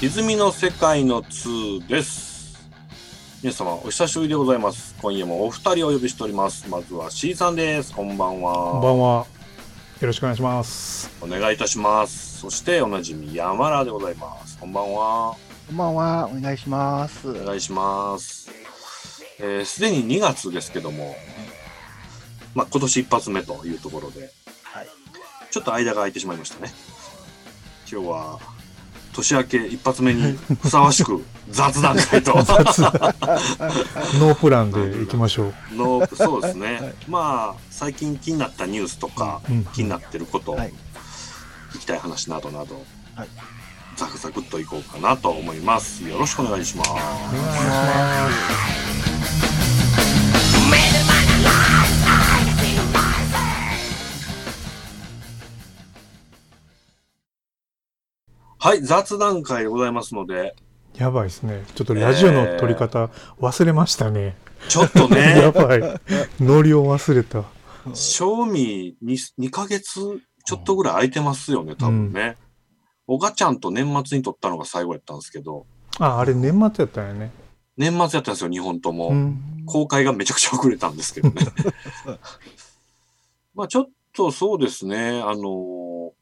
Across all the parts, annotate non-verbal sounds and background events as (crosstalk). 泉の世界の2です。皆様、お久しぶりでございます。今夜もお二人をお呼びしております。まずは C さんです。こんばんこんばは。んは。よろしくお願いします。お願いいたします。そして、おなじみ山田でございます。こんばんは。こんばんは、お願いします。お願いします。えーすでに2月ですけども、まあ、今年一発目というところで、はいちょっと間が空いてしまいましたね。今日は年明け一発目にふさわしく雑談会 (laughs) と。ノープランで行きましょう。のそうですね、はいまあ最近気になったニュースとか、うん気になってること、はい聞きたい話などなど、はいザクザクっといこうかなと思いますよろしくお願いしますはい雑談会でございますのでやばいですね。ちょっとラジオの撮り方忘れましたね。ちょっと (laughs) やねばい。ノリを忘れた。賞味 2, 2ヶ月ちょっとぐらい空いてますよね多分ね、おがちゃんと年末に撮ったのが最後やったんですけどあ、あれ年末やったんやね。年末やったんですよ2本とも、うん。公開がめちゃくちゃ遅れたんですけど (laughs) ねまあちょっとそうですね、あの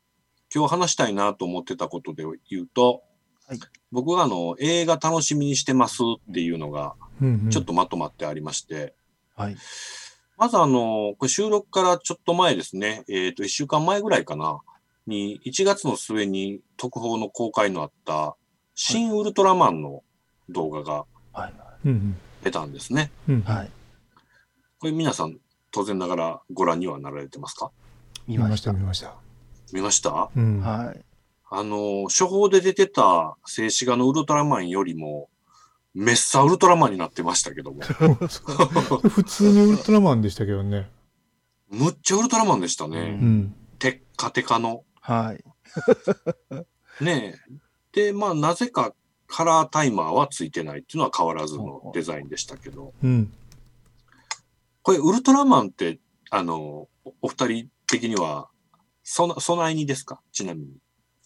今日話したいなと思ってたことで言うと、はい僕があの映画楽しみにしてますっていうのがうんうんちょっ。とまとまってありまして、はい。まずあのこれ収録からちょっと前ですね、えっ、と、1週間前ぐらいかな、に1月の末に特報の公開のあった、新ウルトラマンの動画がはい。うん出たんですね。うん。うんはい。これ皆さん当然ながらご覧にはなられてますか見見ままししたた、。見ました。見ましたうん。はい。あの、初報で出てた静止画のウルトラマンよりも、メッサウルトラマンになってましたけ (laughs) ども。普通にウルトラマンでしたけどね。むっちゃウルトラマンでしたうね。ん。テッカテカの。はい。ねえ。で、まあ、なぜかカラータイマーはついてないっていうのは変わらずのデザインでしたけど。うん。これ、ウルトラマンって、あの、おお二人的には、そな、備えにですかちなみに。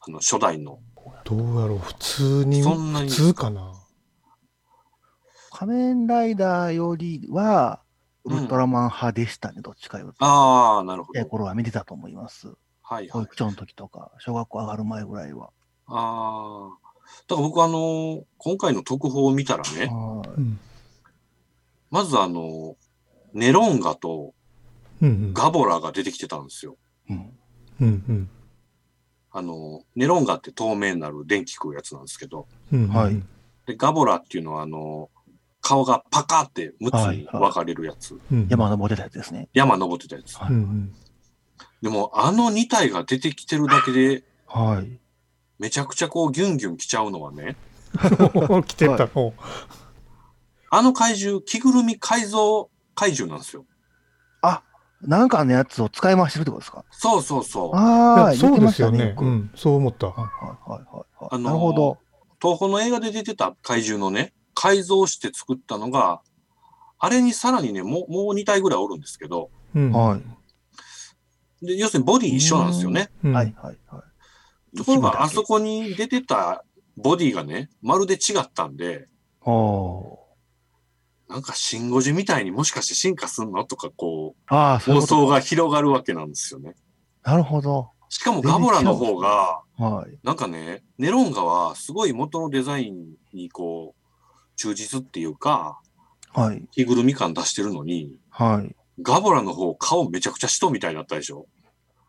あの、初代の。どうやろう。普通に、そんな普に通かな。仮面ライダーよりは、うウんルトラマン派でしたね、どっちかより。ああ、なるほええど。頃は見てたと思います。はい保はい。育所の時とか、小学校上がる前ぐらいは。ああ。だから僕、あの今回の特報を見たらね、はいうん。まずあの、ネロンガとうんうん。ガボラが出てきてたんですよ。うん。うんあの、ネロンガって透明になる電気食うやつなんですけど、うん。うん。はいうんで、ガボラっていうのはあの、顔がパカって6つに分かれるやつ、うん。山登ってたやつですね。山登ってたやつ。はうんうん。 (laughs) でも、あの2体が出てきてるだけで、はい。めちゃくちゃこうギュンギュン来ちゃうのはね、来てたの。あの怪獣、着ぐるみ改造怪獣なんですよ。なんかのやつを使い回してるってことですかそうそうそう。ああ、いやそうですよ言っねて。まうしたよん。くそう思った。はいはいはいはあのーい。なるほど。東宝の映画で出てた怪獣のね、改造して作ったのが、あれにさらにね、もうもう2体ぐらいおるんですけど、うん。はい。で要するにボディ一緒なんですよね。うんはいはいはところが、あ一部だけそこに出てたボディがね、まるで違ったんで、い。おなんかシンゴジみたいにもしかして進化すんのとか、こーああ、う、そういう妄こと想が広がるわけなんですよね。なるほど。しかもガボラの方が、はい。なんかね、ネロンガはすごい元のデザインにこう、忠実っていうか、はい。着ぐるみ感出してるのに、はい。ガボラの方、顔めちゃくちゃ人みたいになったでしょ。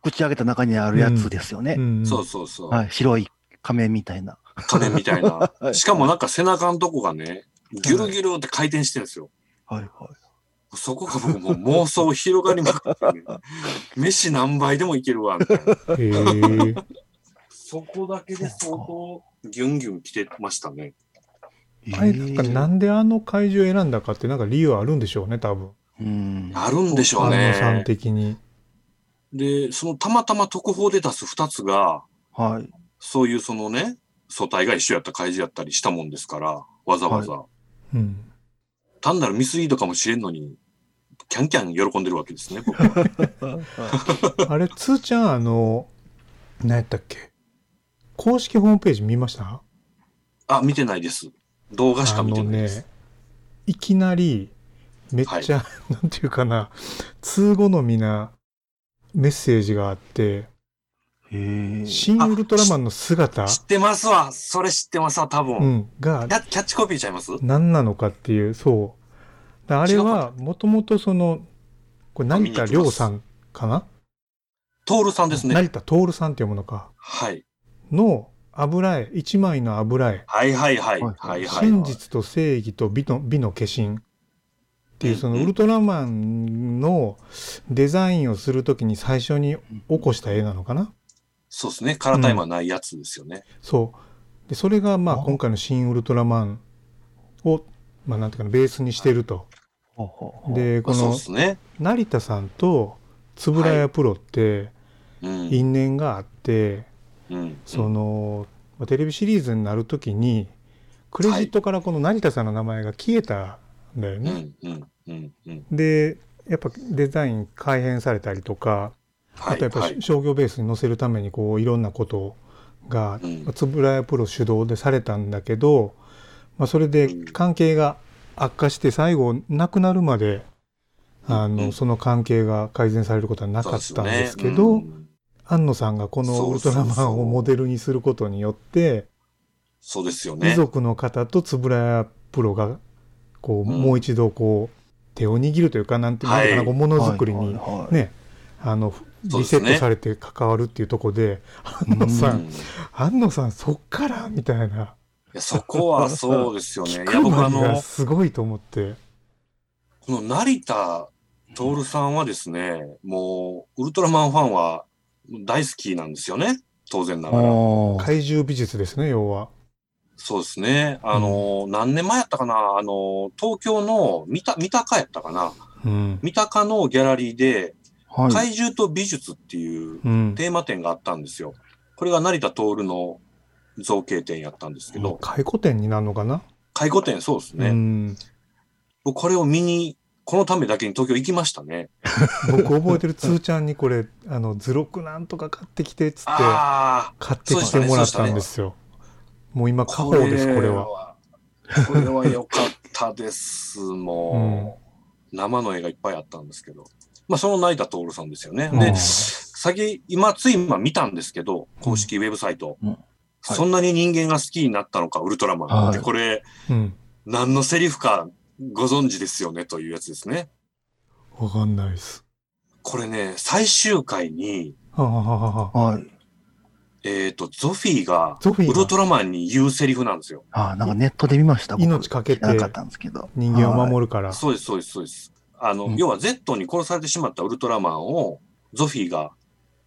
口開けた中にあるやつですよね。うんそうそうそう。はい。白い仮面みたいな。仮面みたいな。はいしかもなんか背中のとこがね、ギュルギュルって回転してるんですよ。はいはい。そこが僕もう妄想広がりまくって、ね、 (laughs) 飯何杯でもいけるわ、みたいな。へえ。そこだけで相当ギュンギュン来てましたね。 (laughs) あれ、なんかなうんであの怪獣を選んだかって、なんか理由あるんでしょうね、多分。ん。あるんでしょう野さんね。的に。で、そのたまたま特報で出す2つが、 (laughs) はい。そういうそのね、素体が一緒やった怪獣やったりしたもんですから、わざわざ。うん。単なるミスリードかもしれんのに、キャンキャン喜んでるわけですね、 (laughs) 僕は。あれ、つーちゃん、あの、何やったっけ公式ホームページ見ましたあ、見てないです。動画しかあ見てのないです。ね、いきなり、めっちゃ、 (laughs) なんていうかな、通好みなメッセージがあって、へえ。新ウルトラマンの姿、知ってますわ。それ知ってますわ、多分。うん、がだキャッチコピーちゃいます何なのかっていう、そう。だあれは、もともとその、これ成田亮さんかなトールさんですね。成田徹さんっていうものか。はい。の油絵、一枚の油絵。はいはいはい。はいはいはい。真実と正義と美の美の化身っていうそうんうのんウルトラマンのデザインをするときに最初に起こした絵なのかなそうですね。カラータイマーないやつですよね。そうでそれがまああ今回の「新ウルトラマンを」まあ、なんていうかなベースにしてると。ほうほうほうでこそうでのすね。成田さんと円谷プロってうん。因縁があって、うん。そのまあテレビシリーズになるときにクレジットからこの成田さんの名前が消えたんだようね。ん。うん。うん。うん。でやっぱデザイン改変されたりとか、はあとやい。っぱはしい。商業ベースに載せるためにこういろんなことがうん円谷プロ主導でされたんだけど、まあ、それでうん関係が悪化して最後亡くなるまであうのんその関係が改善されることはなかったんですけそうどですよねうん庵野さんがこのウルトラマンをモデルにすることによってそうですよ遺ね。族の方と円谷プロがこううんもう一度こう手を握るというかなんていうのかはないこうものづくりにはいはいはいね、あの、そうリですセねットされて関わるっていうところで、安野うさん、ん安野さん、そっからみたいな、いやそこはそうですよね。いや、(laughs) 聞く僕あまでがの、すごいと思って、この成田徹さんはですね、もう、ウルトラマンファンは大好きなんですよね。当然ながら。ああ。怪獣美術ですね、要は。そうですね。あの、何年前やったかなあの、東京の三田、三鷹やったかなうん。三鷹のギャラリーで、はい。怪獣と美術っていううん。テーマ展があったんですよ。これが成田徹の造形展やったんですけど、回顧展になるのかな、回顧展そうですねう。ん。僕これを見に、このためだけに東京行きましたね。僕覚えてる、つーちゃんにこれ、あの、図録なんとか買ってきて、つって、ああ、買ってきてもらったんですよ。もう今、家宝です、これは。は。これは良かったです、もう。生の絵がいっぱいあったんですけど。まあ、その成田徹さんですよね。うんで、先、今、つい今見たんですけど、公式ウェブサイト。うんはいそんなに人間が好きになったのか、ウルトラマン。はいで、これ、うん。何のセリフかご存知ですよね、というやつですね。わかんないです。これね、最終回に、はあはあはあはあ。はい。えっ、と、ゾフィーが、ゾフィウルートがラマンに言うセリフなんですよ。ああ、なんかネットで見ました。僕命かけて知らなかったんですけど。人間をる。守るから。そうです、そうです、そうです。あの、うん要は Z に殺されてしまったウルトラマンをゾフィーが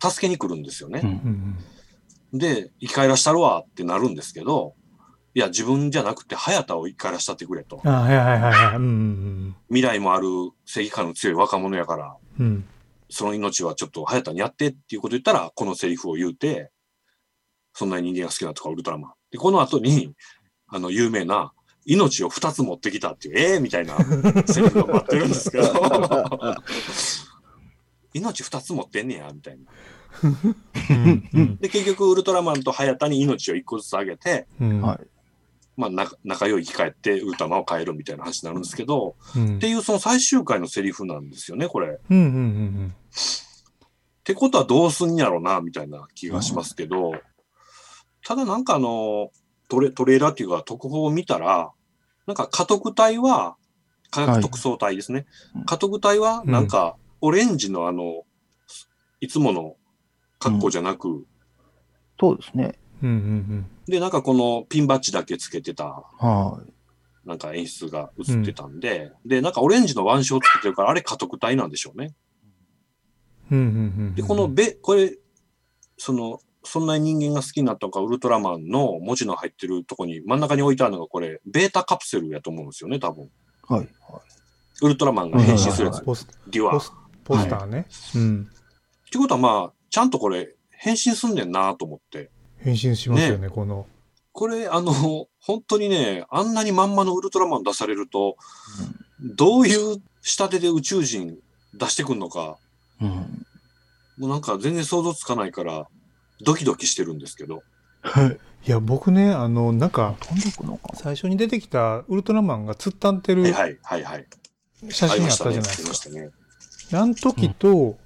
助けに来るんですようね。んうんうんで、生き返らしたるわってなるんですけど、いや、自分じゃなくて、早田を生き返らしたってくれと。あはいはいはいはい。うんうん未来もある正義感の強い若者やから、うん。うん。その命はちょっと早田にやってっていうこと言ったら、このセリフを言うて、そんなに人間が好きだとか、ウルトラマン。で、この後に、あの、有名な、命を二つ持ってきたっていう、ええー、みたいなセリフが待ってるんですけど、 (laughs) 命二つ持ってんねや、みたいな。うんうんで、結局、ウルトラマンと早田に命を一個ずつあげて、うんはいまあ、仲仲良い生き返って、ウルトラマンを変えるみたいな話になるんですけど、うんっていうその最終回のセリフなんですよね、これ。っうんうんうんてことはどうすんやろな、みたいな気がしますけど、ただなんかあの、トレトレーラーっていうか特報を見たら、なんか家督隊は、科学特捜隊ですね。はい家督隊は、なんか、オレンジのあの、いつもの格好じゃなく、そうですね。うんうんで、なんかこのピンバッジだけつけてた、はい。なんか演出が映ってたんで、で、なんかオレンジの腕章つけてるから、あれ家督隊なんでしょうね。うんうんうんで、このべ、これ、その、そんなに人間が好きになったのか、ウルトラマンの文字の入ってるとこに、真ん中に置いてあるのがこれ、ベータカプセルやと思うんですよね、多分。はい。はいウルトラマンが変身するやつ、ポスデュア。ポっスポスターね。うん。てことはまあ、ちゃんとこれ、変身すんねんなと思って。変身しますよね、この。これ、あの、本当にね、あんなにまんまのウルトラマン出されると、どういう仕立てで宇宙人出してくんのか、うん。もうなんか全然想像つかないから、ドキドキしてるんですけど。はい。いや、僕ね、あの、なんか、飛んでくのか最初に出てきたウルトラマンが突っ立ってるはいはいはいはい。写真あったじゃなあいでりすまか。したね。あの時と、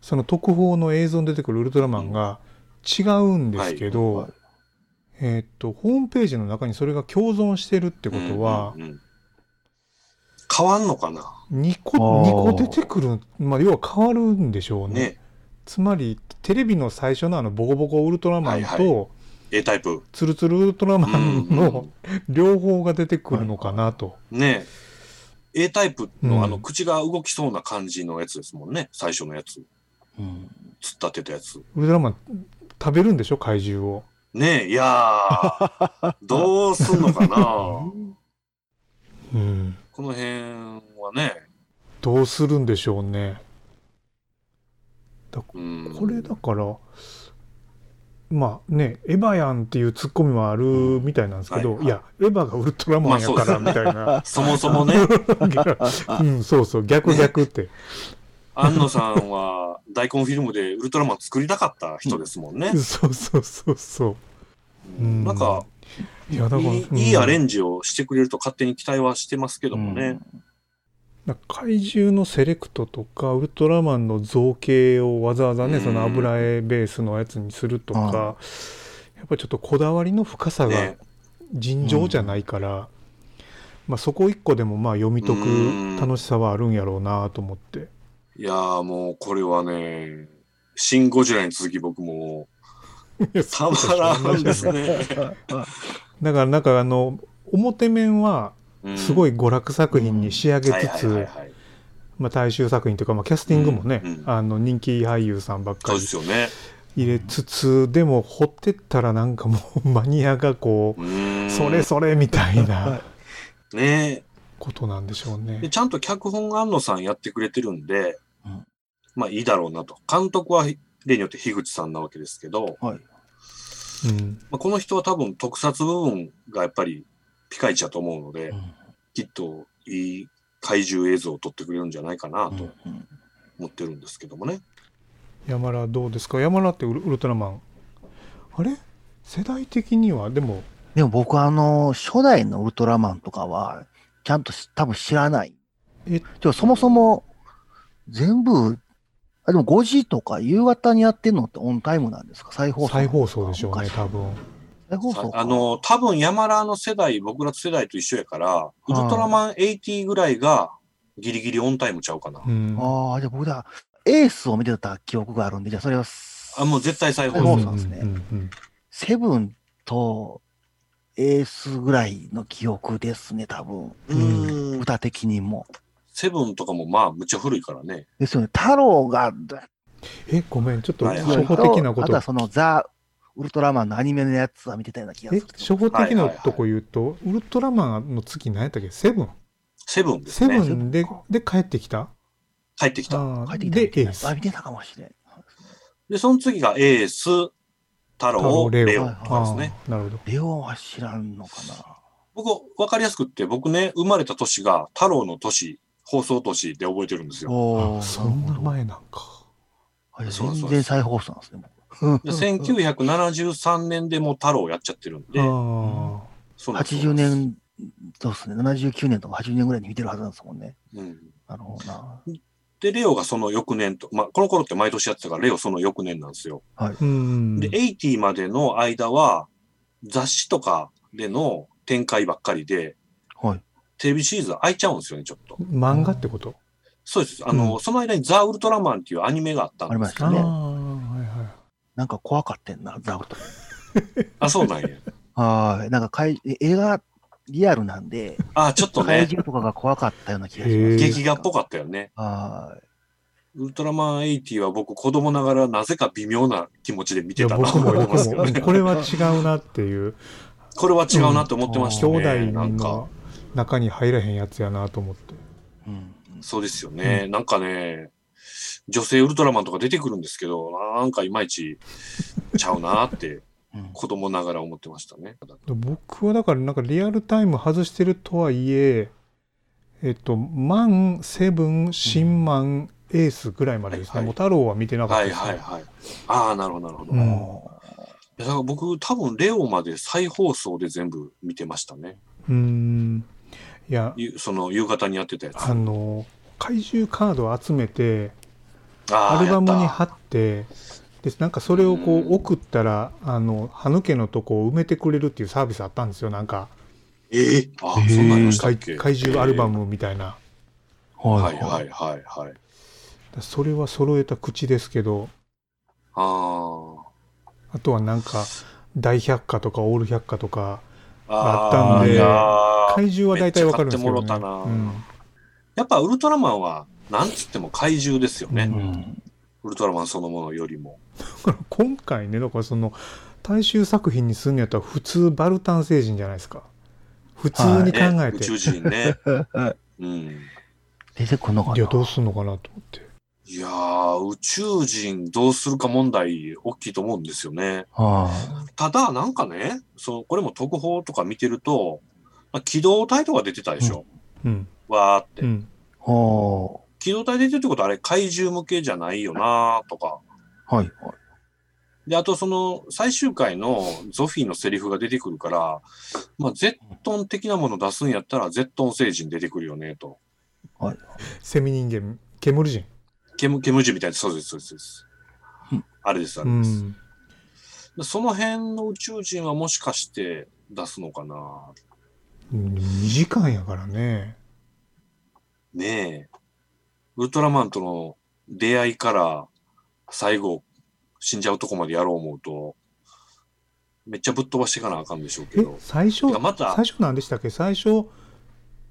その特報の映像に出てくるウルトラマンが違うんですけど、はいえーっと、ホームページの中にそれが共存してるってことは、うんうんうん変わんのかな2個、あ2ー個出てくる、まあ、要は変わるんでしょうね。ね。つまり、テレビの最初のあの、ボコボコウルトラマンと、はい A タイ (laughs) プ。ツルツルウルトラマンうのん両方が出てくるのかなと。ね A タイプの、うんあの口が動きそうな感じのやつですもんね。最初のやつ。突っな。うん。立てたやつ。ウルトラマン食べるんでしょ怪獣を。ねえ、いや (laughs) ー、どうすんのかなこうん。の辺はね。どうするんでしょうね。うん、これだから、まあね、エヴァやんっていうツッコミもあるみたいなんですけうど、んはいいや、エヴァがウルトラマンやからみまたいな。そもそも (laughs) ね、 (laughs) うん、そうそう、逆逆って。安野さんは大根フィルムでウルトラマン作りたかった人ですもんね。そうそうそうそう。うんなんか、いや、だから、いいいいアレンンジをしてくれると勝手に期待はしてますけどもね。怪獣のセレクトとか、ウルトラマンの造形をわざわざね、うんその油絵ベースのやつにするとか、やっぱりちょっとこだわりの深さがね尋常じゃないから、まあ、そこ一個でもまあ読み解うんく楽しさはあるんやろうなと思っていやーもうこれはね、シン・ゴジラに続き僕もたまらんですね。 (laughs) だからなんかあの表面はすごいい娯楽作品に仕上げつはいはいはいつはい、まあ大衆作品というか、まあ、キャスティングもね、うんうんあの人気俳優さんばっかそうりですよね。入れつつでも掘ってったらなんかもうマニアがこううーんそれそれみたいはいなねことなんでしょうでね。ちゃんと脚本が安野さんやってくれてるんで、うんまあいいだろうなと。監督は例によって樋口さんなわけですけど、はい。うんまあ、この人は多分特撮部分がやっぱりピカイチだと思うので、うんきっといい怪獣映像を撮ってくれるんじゃないかなとうん思ってるんですけどもね。山田どうですか山田ってウルウルトラマンあれ世代的にはでもでも僕あの、初代のウルトラマンとかは、ちゃんとし多分知らない。えちょそもそも、全部、あ、でも5時とか夕方にやってんのってオンタイムなんですか再放送。再放送でしょうね昔多分。再放送かあの、多分山田の世代、僕らの世代と一緒やから、ウルトラマン80ぐらいがギリギリオンタイムちゃうかな。うんああ、じゃあ僕だ、エースを見てた記憶があるんで、じゃあそれは、あ、もう絶対再あ放そう送。なんですねうんうんセブンとエースぐらいの記憶ですね、多分。ううんん。歌的にも。セブンとかもまあ、むっちゃ古いからね。ですよね、太郎が、えごめんちょっとはいはい初歩的なこあととはそのザ・ウルトラマンのアニメのやつは見てたような気がえする。初歩的なとこ言うと、ウルトラマンの月何やったっけセブンセブンですセブね。ンでで帰ってきた帰ってきた。あ書ーいてきたで見てエたースあ、見てたかもしれん。で、その次がエース、太郎、レオレオはいとかあですーね。なるほどレオは知らんのかな。僕、わかりやすくって、僕ね、生まれた年が太郎の年、放送年で覚えてるんですよ。おあーそんな前なんかあいやそうそうそう全然再放送なんですね。で1973年でもう太郎やっちゃってるんであ、ーそうなんです80。年、そうですね、79年とか80年ぐらいに見てるはずなんですもんね。うんなるほどな。で、レオがその翌年と、まあ、この頃って毎年やってたから、レオその翌年なんですよ。うんで、80までの間は、雑誌とかでの展開ばっかりで、はい。テレビシリーズ空いちゃうんですよね、ちょっと。漫画ってことそうです。あの、その間にザ・ウルトラマンっていうアニメがあったんですけああありーましど、はいはなんか怖かってんな、ザウルトラあ、そうなんや。マン。はい。なんかかいえ映画、リアルなんで、あ、ちょっと怪ね、獣とかが怖かったような気がしへまーす。劇画っぽかったよね。はい。ウルトラマン80は僕、子供ながらなぜか微妙な気持ちで見いいてやたなと僕も思います僕けど (laughs) ね。もこれは違うなっていうこれは違うなって思ってまし兄たね。なん弟かの、中に入らへんやつやなと思ってうん。そうですよね。なんかね、女性ウルトラマンとか出てくるんですけど、なんかいまいちちゃうなって (laughs) うん子供ながら思ってましたね。僕はだからなんかリアルタイム外してるとはいええっとマンセブン新マン、エースぐらいまでですね、はいはいもう太郎は見てなかっはたいです、ねはいはい。ああ、なるほどなるほど。うんもやだから僕、多分レオまで再放送で全部見てましたね。うーん。いや、ゆその夕方にやってたやつ。あの、怪獣カードを集めて、あアールバムにやっ貼って、で、なんかそれをこううん送ったら、あの、歯抜けのとこを埋めてくれるっていうサービスあったんですよ、なんか。たええあー、そんなんありましたっ怪け怪獣アルバムみたいな。はいはいはいはい。それは揃えた口ですけど、あーあとはなんか、大百科とかオール百科とか、ああったんでーいやー怪獣は大体わかるんですけど、めっね。ちゃ買ってもろたなうんやっぱウルトラマンは、なんつっても怪獣ですよね。うんうん。ウルトラマンそのものよりも。だから今回ねだからその大衆作品にするんやったら普通バルタン星人じゃないですか普通にね考え宇て、宙人 (laughs) ね。うん。出てくんのかい、やどなうすんのかなと思っていやー、宇宙人どうするか問題、大きいと思うんですよね。はただ、なんかね、そうこれも特報とか見てると、まあ、機動隊とか出てたでしょ。うんわーってう。んあ。は機動隊出てるってことは、あれ怪獣向けじゃないよなーとか。あ。はいはい。で、あとその最終回のゾフィーのセリフが出てくるから、まあ、ゼットン的なもの出すんやったら、ゼットン星人出てくるよね、と。セミ人間煙人煙煙虫みたいな、そうです、そうですそうですうん。あれです、あうれです。んその辺の宇宙人はもしかして出すのかな2時間やからねねえ。ウルトラマンとの出会いから最後死んじゃうとこまでやろう思うと、めっちゃぶっ飛ばしていかなあかんでしょうけえど。最初てかまた最初何でしたっけ最初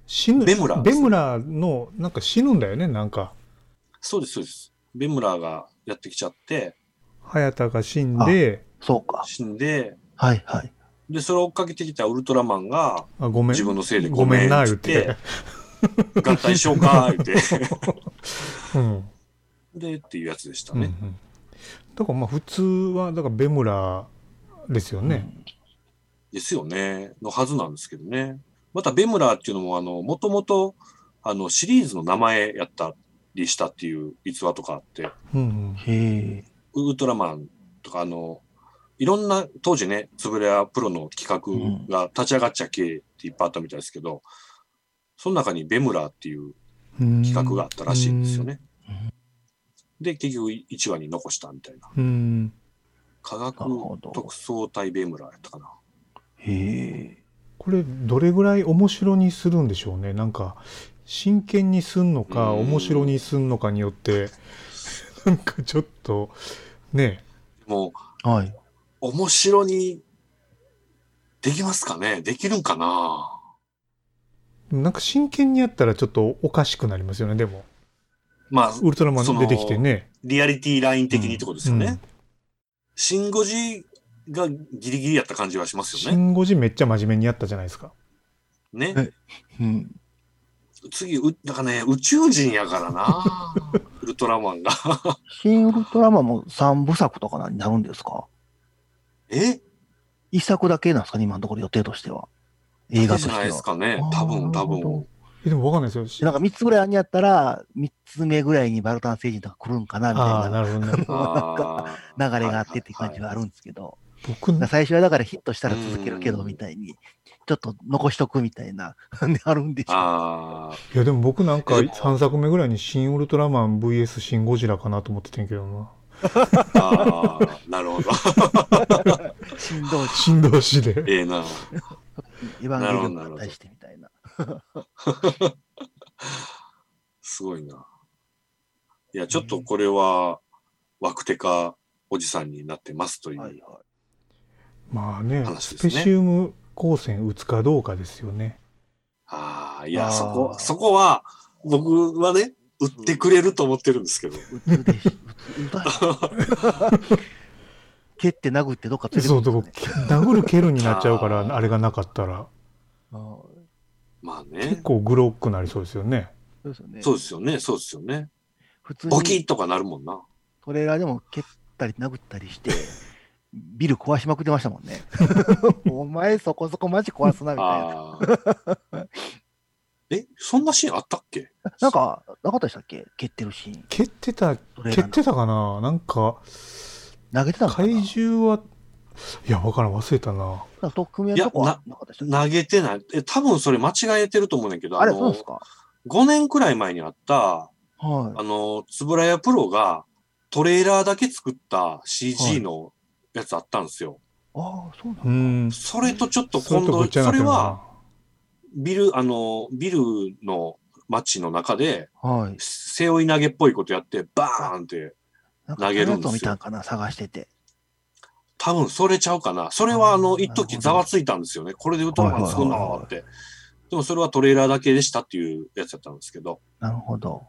死ぬベムラーですねベムラーのなんか死ぬんだよねなんかそうです、そうです。ベムラーがやってきちゃって、早田が死んでそうか。死んで、はいはい。で、それを追っかけてきたウルトラマンが、あごめん自分のせいでごごめめんんなっ言つっってて、 (laughs) 合体しようか、言って。 (laughs) うんで、っていうやつでしたうんうね。ん、だからまあ普通はだからベムラーですよね、ですよね。のはずなんですけどね。また、ベムラーっていうのも、あの、もともと、あの、シリーズの名前やったりしたっていう逸話とかあって、うんうんへえ。ウルトラマンとか、あの、いろんな、当時ね、つぶれやプロの企画が立ち上がっちゃけっていっぱいあったみたいですけど、その中にベムラーっていう企画があったらしいんですよねうんうん。で、結局1話に残したみたいな。うんうん科なるほ学ど特捜隊ベムラーやったかな。へえ。これどれぐらい面白にするんでしょうねなんか真剣にすんのかうん面白にすんのかに (laughs) よってなんかちょっとねもう、はい。面白にできますかねできるんかななんか真剣にやったらちょっとおかしくなりますよねでもまあ、ウルトラマン出てきてねリアリティライン的にってことですよね。うんシン・ゴジがギリギリやった感じはしますシよね。ン・ゴジめっちゃ真面目にやったじゃないですかねえ。うん。次、うだからね、宇宙人やからな (laughs) ウルトラマンが。新ウルトラマンも三部作とかになるんですかえ一作だけなんですかね今のところ予定としては。映映画画としじてゃないですは。かね。あー多分、多なるほ分。えでもわかんないですなよんか三つぐらいあんにやったら、三つ目ぐらいにバルタン星人とか来るんかなみああたなるほどねあいなー流れがあってって感じはあるんですけど、僕だから最初はだからヒットしたら続けるけどうんみたいに、ちょっと残しとくみたいな、 (laughs) ねあるんでしょう。あーいやでも僕なんかでも3作目ぐらいに「新ウルトラマン VS 新ゴジラ」かなと思っててんけどなあー、なるほど。 (laughs) しんどいし、振動しでええな。エヴァンゲリオンに対してみたいな。すごいな。いや、ちょっとこれは、枠手かおじさんになってますとい。はいうは (laughs) まあね話スですペねシウム光線打つかどうかですよねああ、いや、あーそこ、そこは、僕はね、売ってくれると思ってるんですけど。い。うつでし、うつ、うた蹴って殴ってどっか連れてそうくとるんこですかねダブル蹴るになっちゃうかあーらあれがなかったらあーまあ結 (laughs) ね。構グロッくなりそうですよねそうですよね。そうですよね、そうですよね。普通ゴキにッとかなるもんな。トレーラーでも蹴ったり殴ったりして、ビル壊しまくってましたもんね。お前そこそこマジ壊すなみたいな。ああ。 (laughs) え、そんなシーンあったっけなんか、なかったでしたっけ蹴ってるシーン。蹴ってたトレー蹴っラーのてたかななんか投げてたのかな怪獣はいや、わからん、忘れたな。なんか特訓やるとこいやはなかったでしたっけ投げてない。え、多分それ間違えてると思うねんだけど、あれ、のそうですか5年くらい前にあった、はあの、つぶらやプロがトレーラーだけ作った CG のやつあったんですよ。い。ああ、そうなんだ。うん。それとちょっとそれ今とご度、っちゃにそなってれるなは、ビル、あの、ビルの街の中で、はい。背負い投げっぽいことやって、バーンって、なん投げるんですよそういうやつを見たんかな、探してて。多分それちゃうかな。それはああの、ー一時なるほどざわついたんですよね。これで歌うの作るのって。でもそれはトレーラーだけでしたっていうやつだったんですけど、なるほど。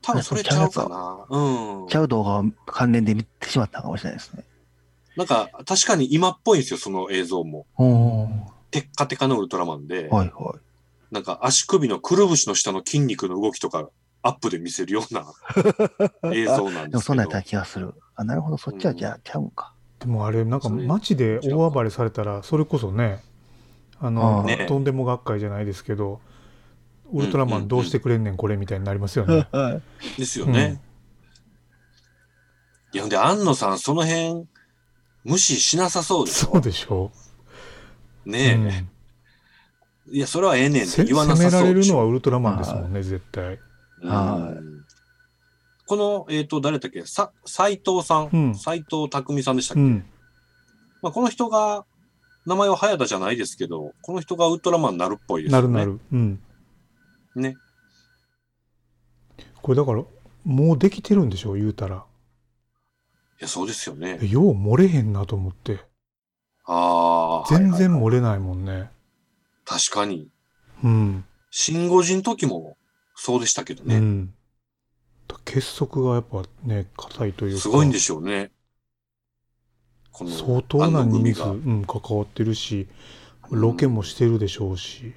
多分それちゃうかな。うんち。ゃう動画を関連で見てしまったのかもしれないですね。なんか、確かに今っぽいんですよ、その映像も。おーテッカテカのウルトラマンで、はいはい。なんか足首のくるぶしの下の筋肉の動きとか、アップで見せるよ (laughs) うな映像なんですけでもそど。んなんやった気がする。あ、なるほど、そっちはじゃあちゃうんか。でもあれ、なんかそれ街で大暴れされたら、それこそね、ああの、ーねとんでも学会じゃないですけど、ウルトラマンどうしてくれんねん、これみたいになりますよね。はい。ですよね。いや、ほんで、安野さん、その辺、無視しなさそうでし (laughs) そうょ。でしょう。ねえ。うんいや、それはええねんっせて言わ攻なめさらそれうでるしょ。のはウルトラマンですもんね、絶対。うんはこの、えっ、と、誰だっけ、さ、斎藤さ、うんん斎、藤匠さんでしたっうけ、ん。まあ、この人が、名前は早田じゃないですけど、この人がウルトラマンになるっぽいですなよね。るな。る。うん。ね。これだから、もうできてるんでしょ、言うたら。いや、そうですよね。えよう漏れへんなと思って。ああ。全はいはい然漏れないもんね。確かに。うん。シン・ゴジの時も、そうでしたけどうね。ん。結束がやっぱね、硬いというか。すごいんでしょうね。この相当な安野人組数、がうん、関わってるし、ロケもしてるでしょうし、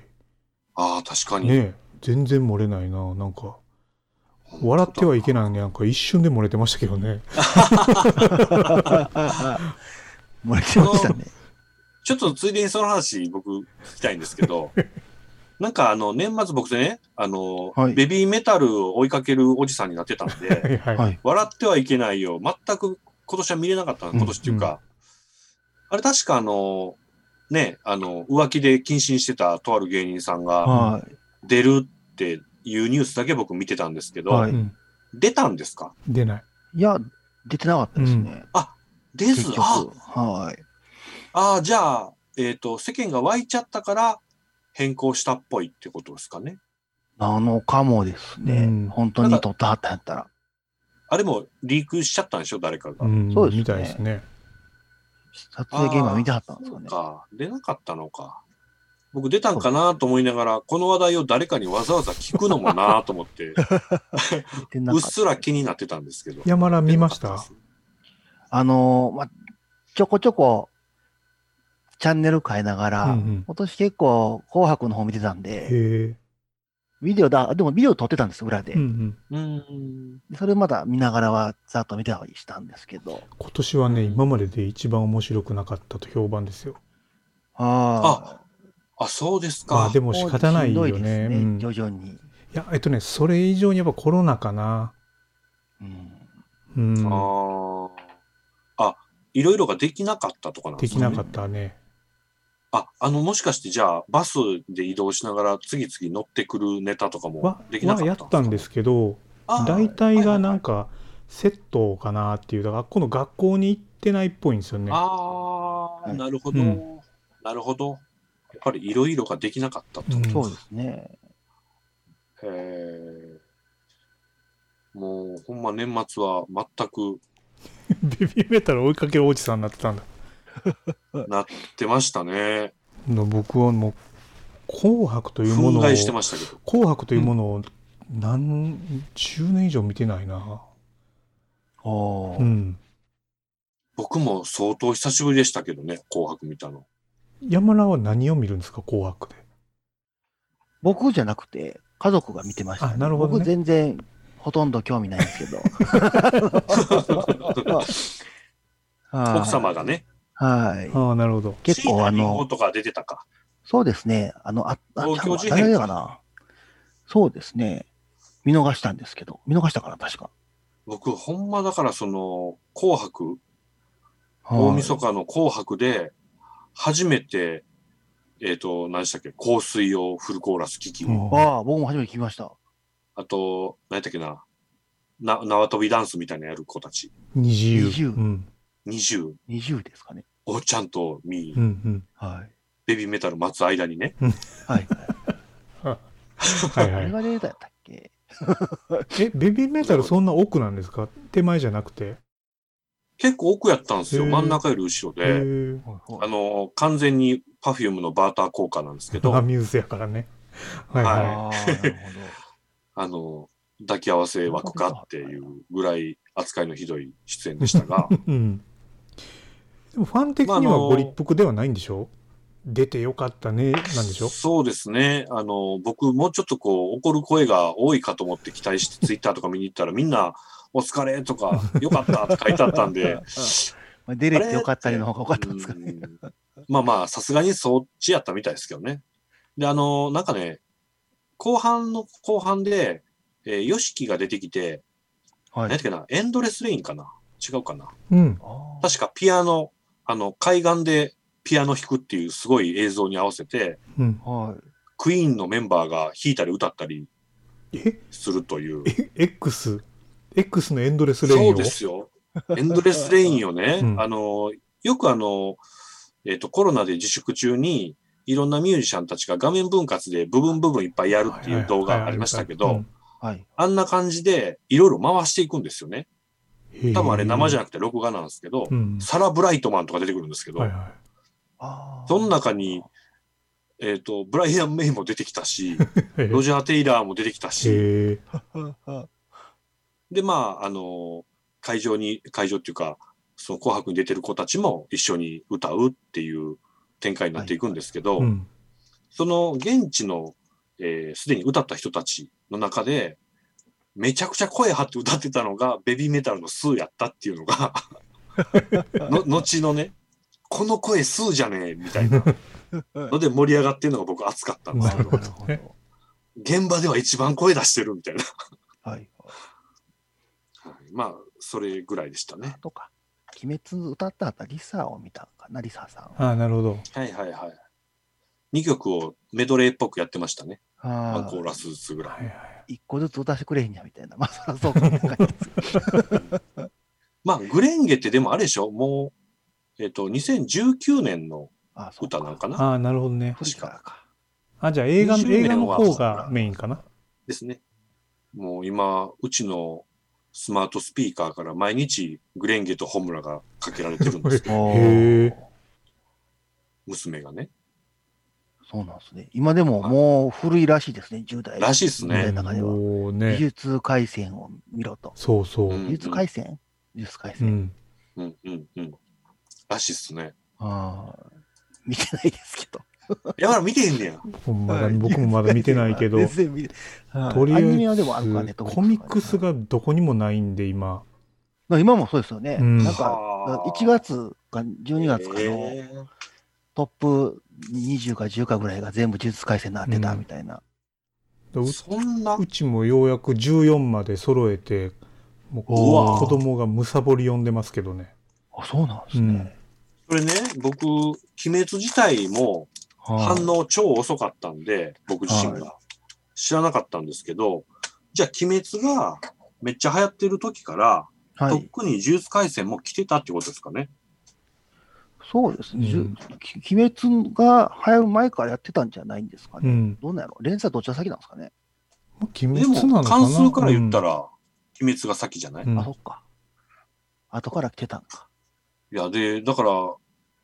ああ、確かに。ね、全然漏れないな、なんか、笑ってはいけないのに、なんか一瞬で漏れてましたけどね。漏れてましたね。ちょっとついでにその話、僕、聞きたいんですけ (laughs) ど、なんかあの、年末僕ね、あの、はいベビーメタルを追いかけるおじさんになってたん (laughs) は (laughs) で、いはい。はい。笑ってはいけないよ。全く今年は見れなかったの、うん今年っていうか、あれ確かあの、ね、あの、浮気で謹慎してたとある芸人さんがは出るっていうニュースだけ僕見てたんですけど、はういん、出たんですか出ない。い。いや、出てなかったですね。出ず結、局。あ、はい。あーじゃあ、えっ、と、世間が湧いちゃったから変更したっぽいってことですかね。なのかもですうねん。本当に撮ったはったんやったら。あれもリークしちゃったんでしょ誰かが。うん、そうですねみたいですね。撮影現場見てはったんですそかうね。か。出なかったのか。僕出たんかなと思いながら、この話題を誰かにわざわざ聞くのもなと思 (laughs) って、出てなうっかたすら気になってたんですけど。山田見ましたあのーまあ、ちょこちょこ、チャンネル変えながら、うんうん今年結構、紅白の方見てたんで、へビデオだ、でもビデオ撮ってたんです、裏で。え。うんううん。ーん。それまだ見ながらは、ざっと見たりしたんですけど。今年はね、今までで一番面白くなかったと評判ですよ。ああ、そうですまあかで。あ。も仕方ないよしんどですね。うん、徐い々に。や、えっとね、それ以上にやっぱコロナかな。うん。うん。あーあ、いろいろができなかったとかなんでですきね。なかったね。あ、あの、もしかしてじゃあ、バスで移動しながら次々乗ってくるネタとかもはできなかはやっったたんですけどあー大体がなんかセットかなっていうだからこの学校に行ってないっぽいんですよね (laughs) ああ、はいなるほど、うんなるほど。やっぱりいろいろができなかったと。うんそうですね。へえ。もう、ほんま年末は全くビビメタル追いかけるおじさんになってたんだなってましたね。僕はもう「紅白」というも憤のを「慨して紅ましたけど。白」というものを何十年以上見てないなおーうん僕も相当久しぶりでしたけどね、紅白見た (laughs) の。山田は何を見るんですか「紅白」で僕じゃなくて、家族が見てました、あなるほどね僕全然、ほとんど興味ないんですけ (laughs) ど。はい奥様がね、はい。ああなるほど結構あ椎名林檎の、とか出てたか。そうですね。あの、あ、あ、東京事変か誰だかな。そうですね。見逃したんですけど、見逃したかな、確か。僕、ほんまだからその、紅白、大晦日の紅白で、初めて、えっ、と、何でしたっけ、香水をフルコーラス聞き、うんああ、僕も初めて聞きました。あと、何やったっけな、な縄跳びダンスみたいなのやる子たち、二自由。二自由うん。 20、 20ですかね。おっちゃんとミー、うんはい。ベビーメタル待つ間にね、うはい。ん。はいあ (laughs) はれい。が出たやったっけえ、ベビーメタルそんな奥なんですか手前じゃなくて。結構奥やったんですよ、へー真ん中より後ろえで、ー、あの、完全に Perfume のバーター効果なんですけアど、ミューズやからね。はいあはああ、なるほど。あの、抱き合わせ枠かっていうぐらい扱いのひどい出演でしたが、い。うん。でもファン的まああにはのご立腹ではないんでしょ、出てよかったね、 (laughs) なんでしょそうですね。あの、僕、もうちょっとこう、怒る声が多いかと思って期待してツイッターとか見に行ったら、みんな、お疲れと (laughs) か、よかったって書いてあったんで、まあ、出れてよかったりの方が良かったんですかね。うんまあまあ、さすがにそっちやったみたいですけどね。で、あの、なんかね、後半の後半で、えー、ヨシキが出てきて、は何やっ。たっけな、エンドレスレインかな違うかなう。うん。ああ確かピアノ、あの、海岸でピアノ弾くっていうすごい映像に合わせて、うん。はい。クイーンのメンバーが弾いたり歌ったりえ、するという。え X、X のエンドレスレインを。、そうですよ。エンドレスレインをねうんあの、よくあの、えっ、と、コロナで自粛中に、いろんなミュージシャンたちが画面分割で部分部分いっぱいやるっていう動画ありましたけど、はい。あんな感じでいろいろ回していくんですよね。多分あれ生じゃゃなくて録画なんですけど、うん。サラ・ブライトマンとか出てくるんですけど、はいはああ。その中に、えっ、と、ブライアン・メイも出てきたし、い。ロジャー・テイラーも出てきたし、へえ。で、まあ、あの、会場に、会場っていうか、その紅白に出てる子たちも一緒に歌うっていう展開になっていくんですけど、うん。その現地の、えーすでに歌った人たちの中で、めちゃくちゃ声張って歌ってたのが、ベビーメタルのスーやったっていうのが、の、後のね、この声スーじゃねえみたいなので盛り上がってるのが僕熱かったんですなけるどほ、ど。現場では一番声出してるみたいな。はい。はいまあ、それぐらいでしたね。とか、鬼滅歌った後、リサを見たんかな、リサさん。ああ、なるほど。はいはいはい。2曲をメドレーっぽくやってましたね。ワンあコーラスずつぐら。はいいはい。一個ずつ歌してくれへんや、みたいな。まあ、そらそうかみたいな感じですけど。まあ、グレンゲってでもあれでしょもう、えっ、と、2019年のああ、そう歌なんかなああ、なるほどね。確かか。。あ、じゃあ映画の、 20映画の方がメインかな。ですね。もう今、うちのスマートスピーカーから毎日グレンゲとホムラがかけられてるんですよおへーえ娘がね。そうなんですね。今でももう古いらしいですね、10代。らしいっすうねん。中ではもう技ね。術回線を見ろと。そうそうう。ん技術回線技術回う線。ん。うんうんうん。らしいっすね。ああ、見てないですけど。いやまだ見てへんねや。ほんまだ、僕もまだ見てない (laughs) けど、全然見てないとりあアニメはえでもあるからねず、コミックス。がどこにもないんで、今。まあ今もそうですよね。うんなんか、はあ1月か12月かへのえトップ20か10かぐらいが全部呪術回戦になってたみたいな。うそんなうちもようやく14まで揃えて、もううわ子供がむさぼり読んでますけどね。あ、そうなんですね。それね、僕、鬼滅自体もはい反応超遅かったんで、僕自身が。知らなかったんですけど、じゃあ鬼滅がめっちゃ流行ってる時から、はとっい。くに呪術廻戦も来てたってことですかね。そうですね。じゅうんき鬼滅が流行る前からやってたんじゃないんですかうね。ん。どうなんやろ連載どっちが先なんですかね。まあ鬼で滅なも、のかな関数から言ったら、鬼滅が先じゃない、うんあ、そっか。後から来てたんか。いや、で、だから、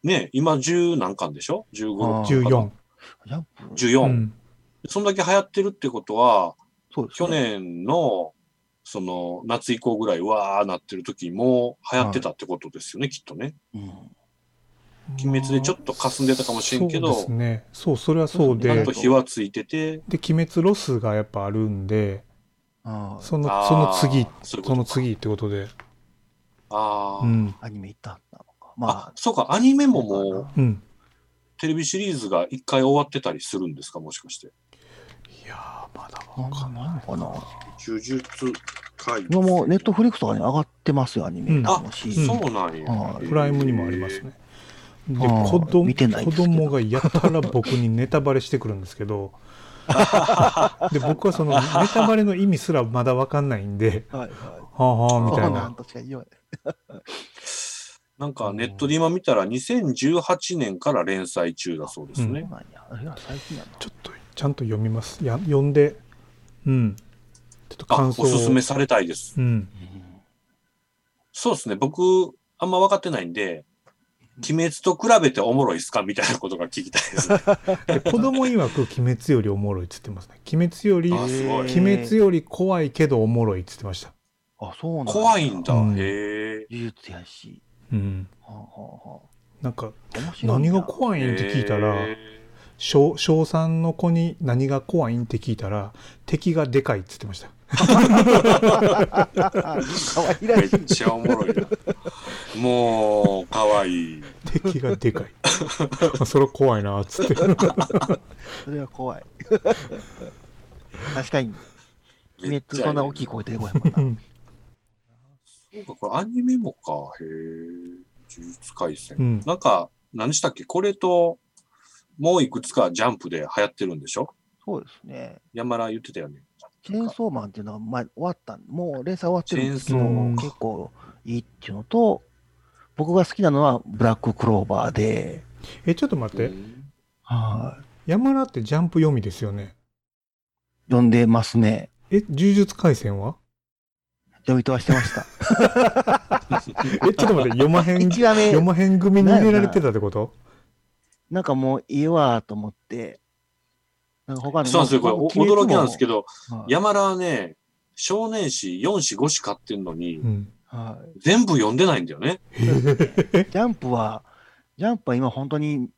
ね、今10何巻でしょ ?15、あ6 14。ジャンプ。 14、うんそんだけ流行ってるってことは、そうです去ね。年の、その、夏以降ぐらい、わーなってる時も流行ってたってことですよね、きっとね。うん。鬼滅でちょっと霞んでたかもしれんけどそうですね。そう、それはそうちで、ゃなんと火はついてて、で、鬼滅ロスがやっぱあるんで、ああ、その、あーその次、そういうことかその次ってことで。あー、うん。アニメ行ったんだのか。あ、まあ、そうか、アニメももう、うん。テレビシリーズが一回終わってたりするんですか、もしかして。いやー、まだなわんかかんなないのかな。呪術回今もうネットフリックスとかに上がってますよ、アニメうん楽しい。そうなんやは。いプライムにもありますね。であー子供見てない子ですけど供がやたら僕にネタバレしてくるんですけどで僕はそのネタバレの意味すらまだ分かんないんではいははあはあい。みたそいうなんなとしか言わない。なんかネットで今見たら2018年から連載中だそうですそねう。なんや。あれは最近なんだ。ちょっとちゃんと読みますや読んでうんちょっとあ感お想すすめされたいです。うんそうですね。僕、あんま分かってないんで、鬼滅と比べておもろいっすかみたいなことが聞きたい (laughs) ですね。で子供曰く「鬼滅よりおもろい」っつってますね「鬼滅よりあ鬼すごい滅より怖いけどおもろい」っつってましたあ、そうなん怖いんだ。うへんえ。呪術やし。うんはあはあはなんかあ面白い何な。が怖いんって聞いたら、へ小小3の子に何が怖いんって聞いたら敵がでかいっつってました可愛えらめしいっ。ちゃおもろい (laughs) な。もう、かわいい。敵がで (laughs) かいそれ怖いなっつってそれは怖い。確かに、め鬼っ滅ちゃそんな大きい声でこへんも (laughs) んな。そうか、これアニメもか。へえ。呪術廻戦。うんなんか、何でしたっけこれと、もういくつかジャンプで流行ってるんでしょそうですね。山田言ってたよね。チェーンソーマンっていうのは前終わったん、もう連載終わってるんですチけど、ェーンソーマン結構いいっていうのと、僕が好きなのはブラッククローバーで、えちょっと待っうてんはい山田ってジャンプ読みですよね読んでますね。え呪術廻戦は読み飛ばしてま (laughs) した。えちょっと待って読まへん1話目 (laughs) 読、まへん組に入れられてたってことなんかもういいわと思って、なんか他のそうなんですよ。これ、お驚きなんですけど、ど、はい山田はね、少年誌4誌5誌買ってんのにう、んはい全部読んでないんだよ (laughs) ね。ジャンプは、ジャンプは今本当に、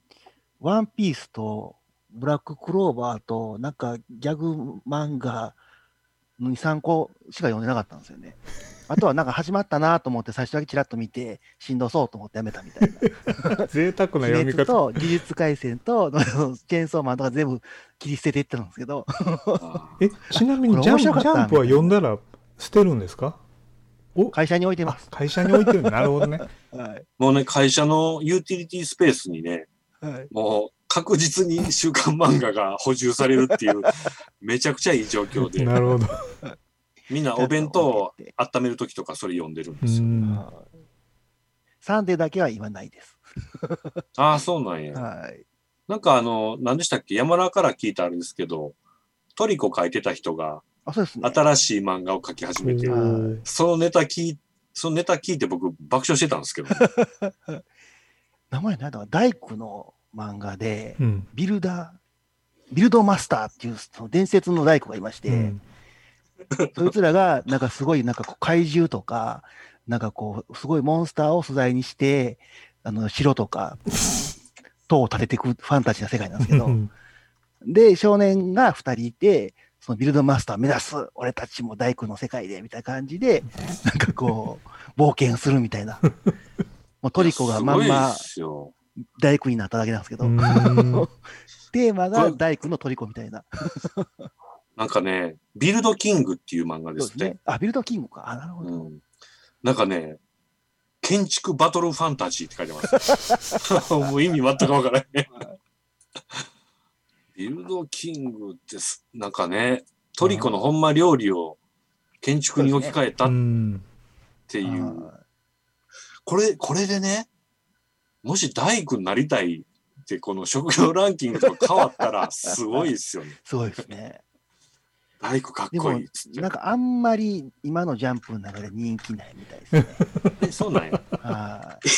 ワンピースと、ブラッククローバーと、なんかギャグ漫画の2、3個しか読んでなかったんですよね。あとはなんか始まったなと思って、最初だけちらっと見て、しんどそうと思ってやめたみたいな。贅沢な読鬼み滅方と呪術廻戦と、チェーンソーマンとか全部切り捨てていってるんですけど、あえちなみにジャンこれ面白かジったャンプは読んだら捨てるんですかお会社に置いてまあす。会社に置いてるなるほどねはい。もうね、会社のユーティリティスペースにね、はい。もう確実に週刊漫画が補充される (laughs) っていう、めちゃくちゃいい状況で、なるほどみんなお弁当を温めるときとかそれ読んでるんですよ。んはいサンデーだけは今ないです。ああ、そうなんや。はい。なんかあの、何でしたっけ山田から聞いたあれですけど、トリコ書いてた人があ、そうですね。新しい漫画を書き始めて、うんそのネタ聞い、そのネタ聞いて僕爆笑してたんですけど、名前なんだか大工の漫画で、うんビルダー、ビルドマスターっていうその伝説の大工がいまして、うんそいつらがなんかすごいなんかこう怪獣とか、なんかこうすごいモンスターを素材にして、あの城とか、塔を建てていくファンタジーな世界なんですけうど、んで、少年が2人いて、そのビルドマスター目指す、俺たちも大工の世界で、みたいな感じで、なんかこう、冒険するみ (laughs) たいな。もうトリコがまんいやますごいっすよ。大工になっただけなんですけど、 (laughs) うんテーマこがれ大工の虜みたいな。なんかね、ビルドキングっていう漫画でそうすですね。ね。あ、ビルドキングか。あ、なるほど。うん、なんかね、建築バトルファンタジーって書いてます。 (laughs) もう意味全くわからない。ビルドキングってす、なんかね、トリコのほんま料理を建築に置き換えたうっんていう。あこれ、これでね、もし大工になりたいって、この職業ランキングとか変わったら、すごいですよね。すごいですね。大工かっでこもいいっつっなんかあんまり今のジャンプの中で人気ないみたいで (laughs) すね。て。えそうなんや。はい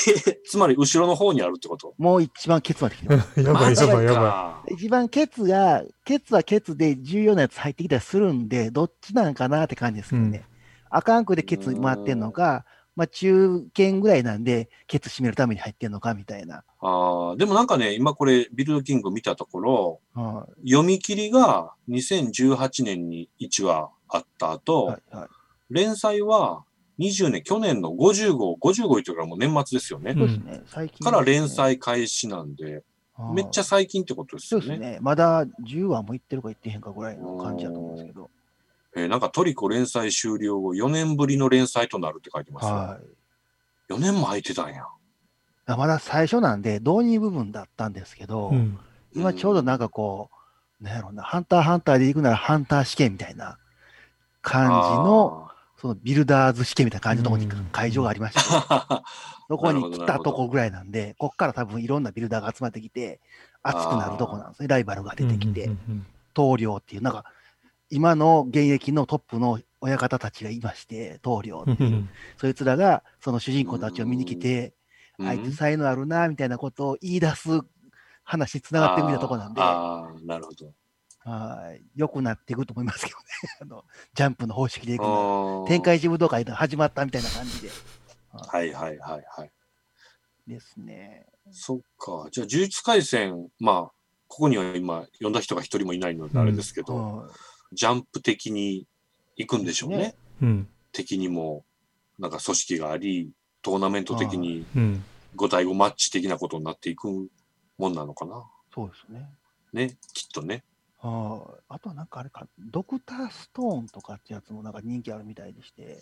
つまり、後ろの方にあるってこともう一番ケツまで来てます。やばいやばいやばば一番ケツが、ケツはケツで重要なやつ入ってきたりするんで、どっちなんかなって感じですけどね。あかんくでケツ回ってんのか、まあ中堅ぐらいなんで、ケツ締めるために入ってんのかみたいな。ああ、でもなんかね、今これ、ビルドキング見たところ、は読み切りが2018年に1話あった後、い。はい。はい。連載は20年、去年の50号、50号というからもう年末ですよね。うんそうですね。最近ですかね。ら連載開始なんで、はい。めっちゃ最近ってことですそうよですね。ね。まだ10話もいってるかいってへんかぐらいの感じだと思うんですけど。えーなんかトリコ連載終了後4年ぶりの連載となるって書いてますよ。はい。 4年も空いてたんや。あまだ最初なんで、導入部分だったんですけど、うん。今ちょうどなんかこう、なんやろな、ハンターハンターで行くならハンター試験みたいな感じの、そのビルダーズ試験みたいな感じのところにうん会場がありましあた、ー。 (laughs) そこになるほど来なるたほどとこぐらいなんで、こっから多分いろんなビルダーが集まってきて、熱くなるとこなんですね、ライバルが出てきて。うんうん棟梁っていう、なんか、今の現役のトップの親方たちがいまして、棟梁うっんてういんう、うんそいつらがその主人公たちを見に来て、うん (laughs) あいつ才能あるな、みたいなことを言い出す話につながってみたとこなんで、はあーあー、なるほど。い良くなっていくと思いますけどね、 (laughs) あのジャンプの方式でいくならあー展開。一武道会が始まったみたいな感じではいはいはいはい。ですね。そっか。じゃあ、呪術廻戦、まあ、ここには今、呼んだ人が一人もいないのであれですけど、はジャンプ的に行くんでしょうね。ねうん敵にも、なんか組織があり、トーナメント的にうん5対5マッチ的なことになっていくもんなのかな。いそうですね。ね、きっとね。はいあとはなんかあれか、ドクターストーンとかってやつもなんか人気あるみたいでして、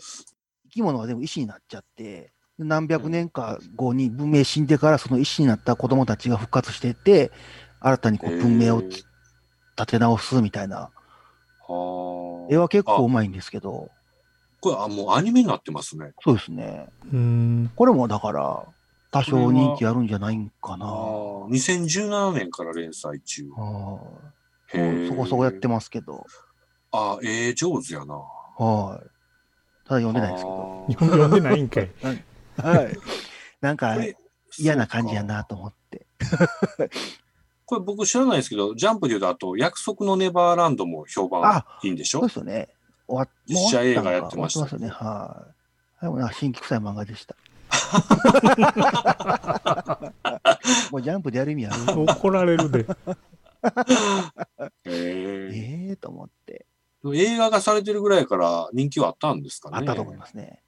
生き物が全部石になっちゃって、何百年か後に文明死んでからその石になった子供たちが復活してって、新たにこう文明へをー立て直すみたいな。は絵あ。は結構うまいんですけど、これ、あ、もうアニメになってますね。そうですね。うんこれもだから、多少人気あるんじゃないんかな。あはー2017年から連載中。いもうそこそこやってますけど、あ、ええ上手やな。はい。ただ読んでないですけど。あー日本語読んでないん (laughs) かいはい。 (laughs) なんかこれ嫌な感じやそうかなと思って。これ僕知らないですけど、ジャンプで言うと、あと、約束のネバーランドも評判あいいんでしそうょですよね。終わっ実もう終わ写映った画のやかってました終わってますよね。はい。でもなんか新規臭い漫画 (laughs) でした。もうジャンプでやる意味あ (laughs) る。怒られるでええええと思って。映画がされてるぐらいから人気はあったんですかね。あったと思いますね。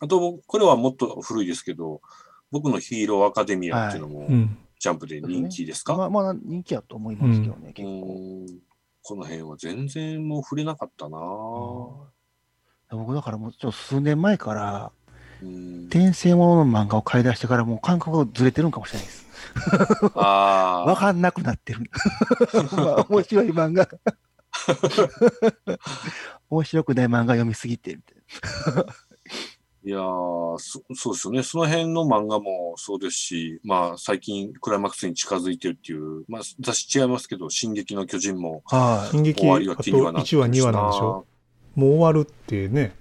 あと僕、これはもっと古いですけど、僕のヒーローアカデミアっていうのも、うんジャンプで人気ですか、まあまあ人気やと思いますけどね、う結構。ーんこの辺は全然もう触れなかったなぁうん僕だからもうちょっと数年前から、うん転生ものの漫画を買い出してからもう感覚ずれてるんかもしれないです。あわあ、かんなくなってる。 (laughs) まあ面白い (laughs) 漫画。面白くない漫画読みすぎてみたいいやーそ、そうですよね。その辺の漫画もそうですし、まあ最近クライマックスに近づいてるっていう、まあ雑誌違いますけど、進撃の巨人もな。はい。進撃終わりあはと気にはなって1話2話なんでしょもう終わるってね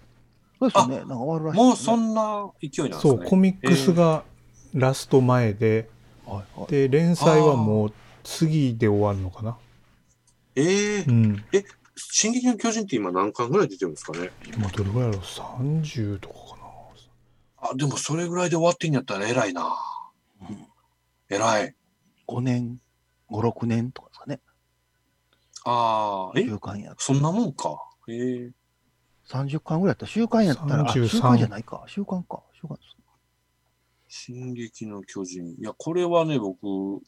そうですよね。なんか終わるらしい、ね。もうそんな勢いなんですそね。うコミックスがラスト前ではいはいで連載はもう次で終わるのかなえーうん進撃の巨人って今何巻ぐらい出てるんですかね今どれぐらいやろう30とかかなあ、でもそれぐらいで終わってんやったら偉いなうん偉い。 5年、5、6年とかですかね。ああ、え週刊や。そんなもんか。えー30巻ぐらいやったら、週刊やったら、あ33週刊じゃないか。週刊か。週刊です。進撃の巨人。いや、これはね、僕、終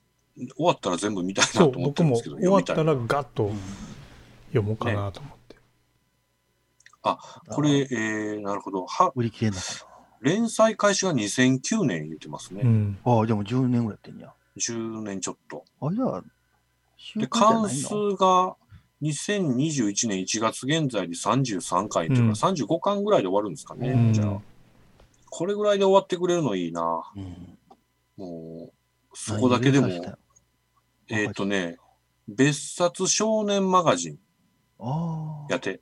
わったら全部見たいなそとう思っ僕てるんでもすけど、終わった読みらガッと読もうかなと思って、たいこれ、え、ー、なるほど。は、売り切れんのか連載開始が2009年言ってますね。うんな。ああ、でも10年ぐらいやってんや。 10年ちょっと。あ、じゃあ、週で、刊関じゃない数のが2021年1月現在で33回っていううんか、35巻ぐらいで終わるんですかね。うんじゃあ、これぐらいで終わってくれるのいいな。うんもう、そこだけでも何、連載したえーっ、とね、別冊少年マガジンあやって、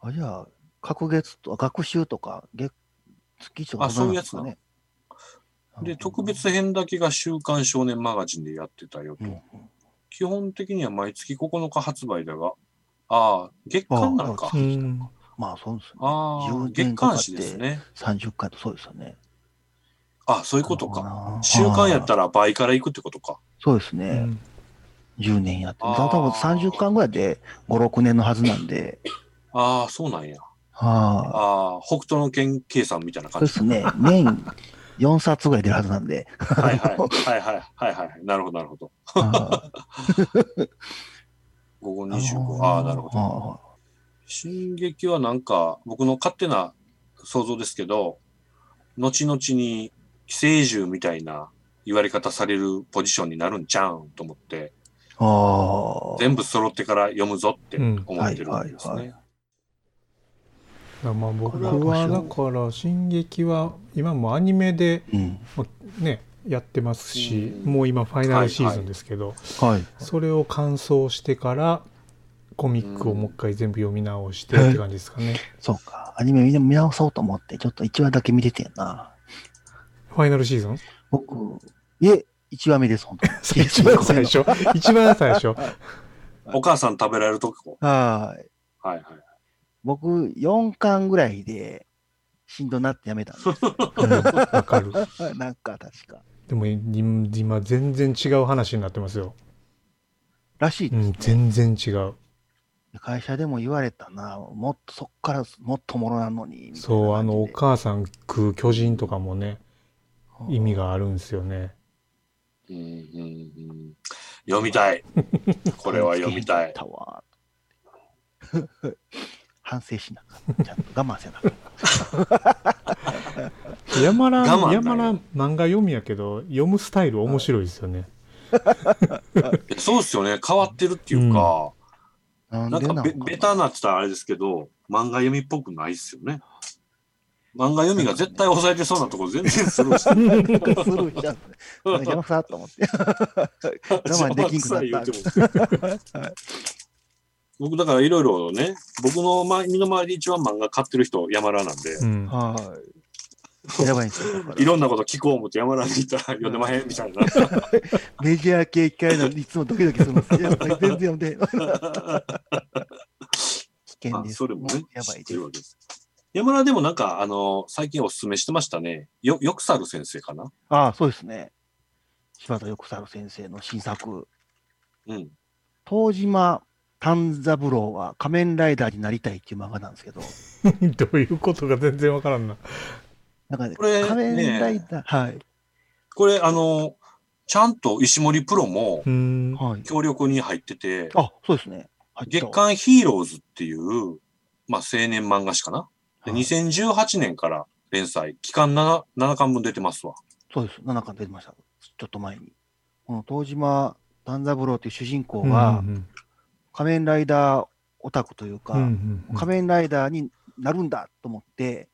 あ。あ、じゃあ、各月と、あ学習とか、月、月とかあそういうやつんななんですかね。で、特別編だけが週刊少年マガジンでやってたよと。うんうん基本的には毎月9日発売だが、ああ、月刊なのかあ。うんまあ、そうですね。ああ、 10月年か刊かって誌ですね。 30回とそうですよね。あそういうことか。な週刊やったら。ら倍から行くってことか。そうですうね。ん10年やって。あー多分30巻ぐらいで5、6年のはずなんで。ああ、そうなんや。あは。あ、北斗の剣計算みたいないそう感じ。で (laughs) すね。年4冊ぐらい出るはずなんで。はいはい。はいはい。はいはい。なるほど、なるほど。は午後い25。ああ、なるほど。は進撃はなんか、僕の勝手な想像ですけど、後々に寄生獣みたいな言われ方されるポジションになるんちゃうんと思って、ああ。全部揃ってから読むぞって思ってるんですうんはいはいね。だからまあ僕これははだから「進撃」は今もアニメでうん。ねやってますし、うんもう今ファイナルシーズンですけど、はい。それを完走してからコミックをもう一回全部読み直してうんって感じですかね、そうか。アニメ見直そうと思って、ちょっと1話だけ見ててんな。ファイナルシーズン。僕、いえ、1話目です、本当に一番最初一番最初お母さん食べられるとこ。はい。はいはい。僕、4巻ぐらいで、しんどなってや (laughs) めたんですようんわかるなんか、確か。でも今今全然違う話になってますよ、らしいうですん、全然違う会社でも言われたな、もっとそっからもっともろなのに。みたいな感じでそうあのお母さん食う巨人とかもね意味。があるんですよねうんうんうん読みたい。 (laughs) これは読みたい。たわ (laughs) 反省しなかった。ちゃんと我慢せなかっ山ら我慢ない山ら漫画読みやけど読むスタイル面白いですよね、そうですよね。変わってるっていうか、(laughs) た。なんかべベタな。なって言ったらあれですけど、漫画読みっぽくないっすよね。漫画読みが絶対抑えてそうなとこ全然する (laughs) し。なんかスルーしちゃう。なんか邪魔くさと (laughs) 思って。我慢できんくなった邪魔くさい言うても僕だからいろいろね、僕の周り身の回りで一番漫画買ってる人山田なんで、うんはい。やばいんですよ。だからいろんなこと聞こう思って山田に行ったら読んでまへんみたいな。メジャー系機会のにいつもドキドキするんですよ。やっ (laughs) ぱり全然読んで。危険あです。それもね、やばい知ってでるわけです。山田でもなんか、あの、最近おすすめしてましたね。よ、よくさる先生かなああ、そうですね。柴田翼猿先生の新作、うん。東島丹三郎は仮面ライダーになりたいっていう漫画なんですけど、 (laughs) どういうことか全然わからんな。なんかね、これね仮面ライダー、はい、これ、あの、ちゃんと石森プロもうん。はい。協力に入ってて、あ、そうですね。入った月刊ヒーローズっていう、まあ、青年漫画誌かな。ではい2018年から連載、期間 7, 7巻分出てますわ。そうです。7巻出てました。ちょっと前に。この東島丹三郎という主人公がう、ん仮面ライダーオタクというか、うんうんうん仮面ライダーになるんだと思って、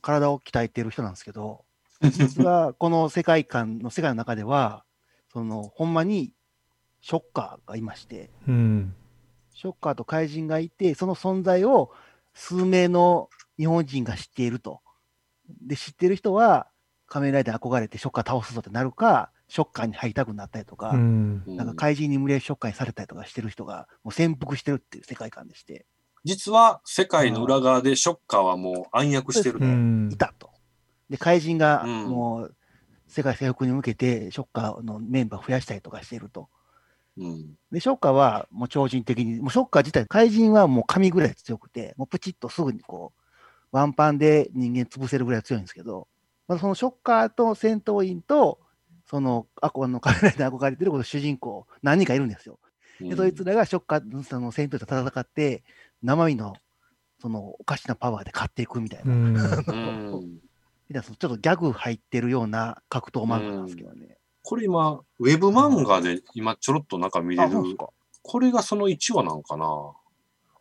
体を鍛えている人なんですけど、実はこの世界観の世界の中では、そのほんまにショッカーがいまして、うんショッカーと怪人がいて、その存在を数名の日本人が知っていると。で、知っている人は仮面ライダーに憧れてショッカー倒すぞってなるか、ショッカーに入りたくなったりとか、うんうんなんか怪人に無理やりショッカーにされたりとかしてる人が、もう潜伏してるっていう世界観でして、実は世界の裏側でショッカーはもう暗躍してるうと。んいたと。で、怪人がうんもう世界征服に向けて、ショッカーのメンバー増やしたりとかしていると。うん。で、ショッカーはもう超人的に、もうショッカー自体、怪人はもう神ぐらい強くて、もうプチッとすぐにこう、ワンパンで人間潰せるぐらい強いんですけど、まあ、そのショッカーと戦闘員と、その、あこの仮面ライダーに憧れてるこの主人公、何人かいるんですよ。うで、んそいつらがショッカー、その戦闘員と戦って、生身の、その、おかしなパワーで勝っていくみたいな。うん (laughs) うんみたいな、そのちょっとギャグ入ってるような格闘漫画なんですけどね。これ今、ウェブ漫画で今ちょろっと中見れあ、るそうですか。これがその1話なのかな。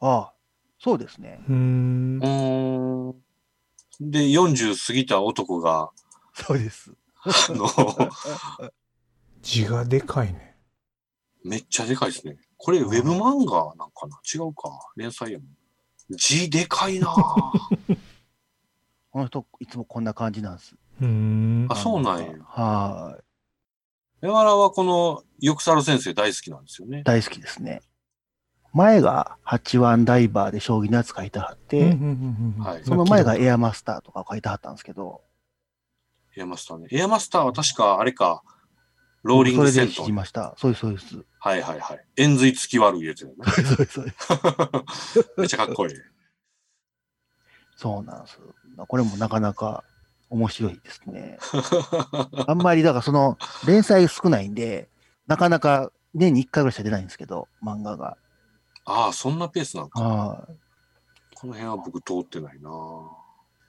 ああ、そうですね。うんうーん。で、40過ぎた男が、そうです。あ (laughs) の、字がでかいね。めっちゃでかいですね。これ、ウェブ漫画なんかな違うか。連載やもん。字でかいな (laughs) ぁこの人、いつもこんな感じなんです。うんあそうなんやは山田はこの、よくさる先生大好きなんですよねい。。大好きですね。前が八腕ダイバーで将棋のやつ書いてはっうんうんて、うんうんはいその前がうんエアマスターとか書いてはったんですけど、エアマスターね。エアマスターは確か、あれか、ローリングそセれンでト知り。ました。そうです、そうです。はいはいはい。円髄付き悪いやつやね。そうです、そうです。めっちゃかっこいい。 (laughs) そうなんです。これもなかなか面白いです (laughs) ね。あんまり、だからその、連載少ないんで、なかなか年に1回ぐらいしか出ないんですけど、漫画が。ああ、そんなペースなのか。はこの辺は僕通ってないな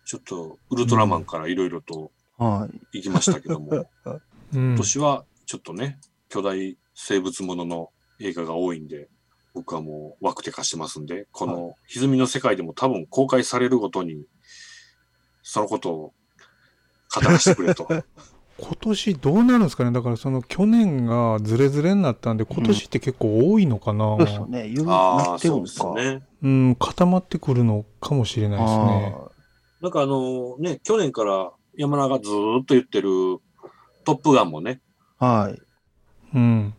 ちょっとウルトラマンからいろいろとはい。行きましたけ (laughs) ども、うん今。年はちょっとね、巨大生物ものの映画が多いんで、僕はもう枠手化してますんで、この歪みの世界でも多分公開されるごとに、そのことを語らせてくれと。今年どうなるんですかねだからその去年がズレズレになったんで、今年って結構多いのかな、そうですよね。言うあなあ、ってるそうのですか。ね。うん、固まってくるのかもしれないですね。あなんかあのね、去年から山田がずーっと言ってるトップガンもね、あはい。うん。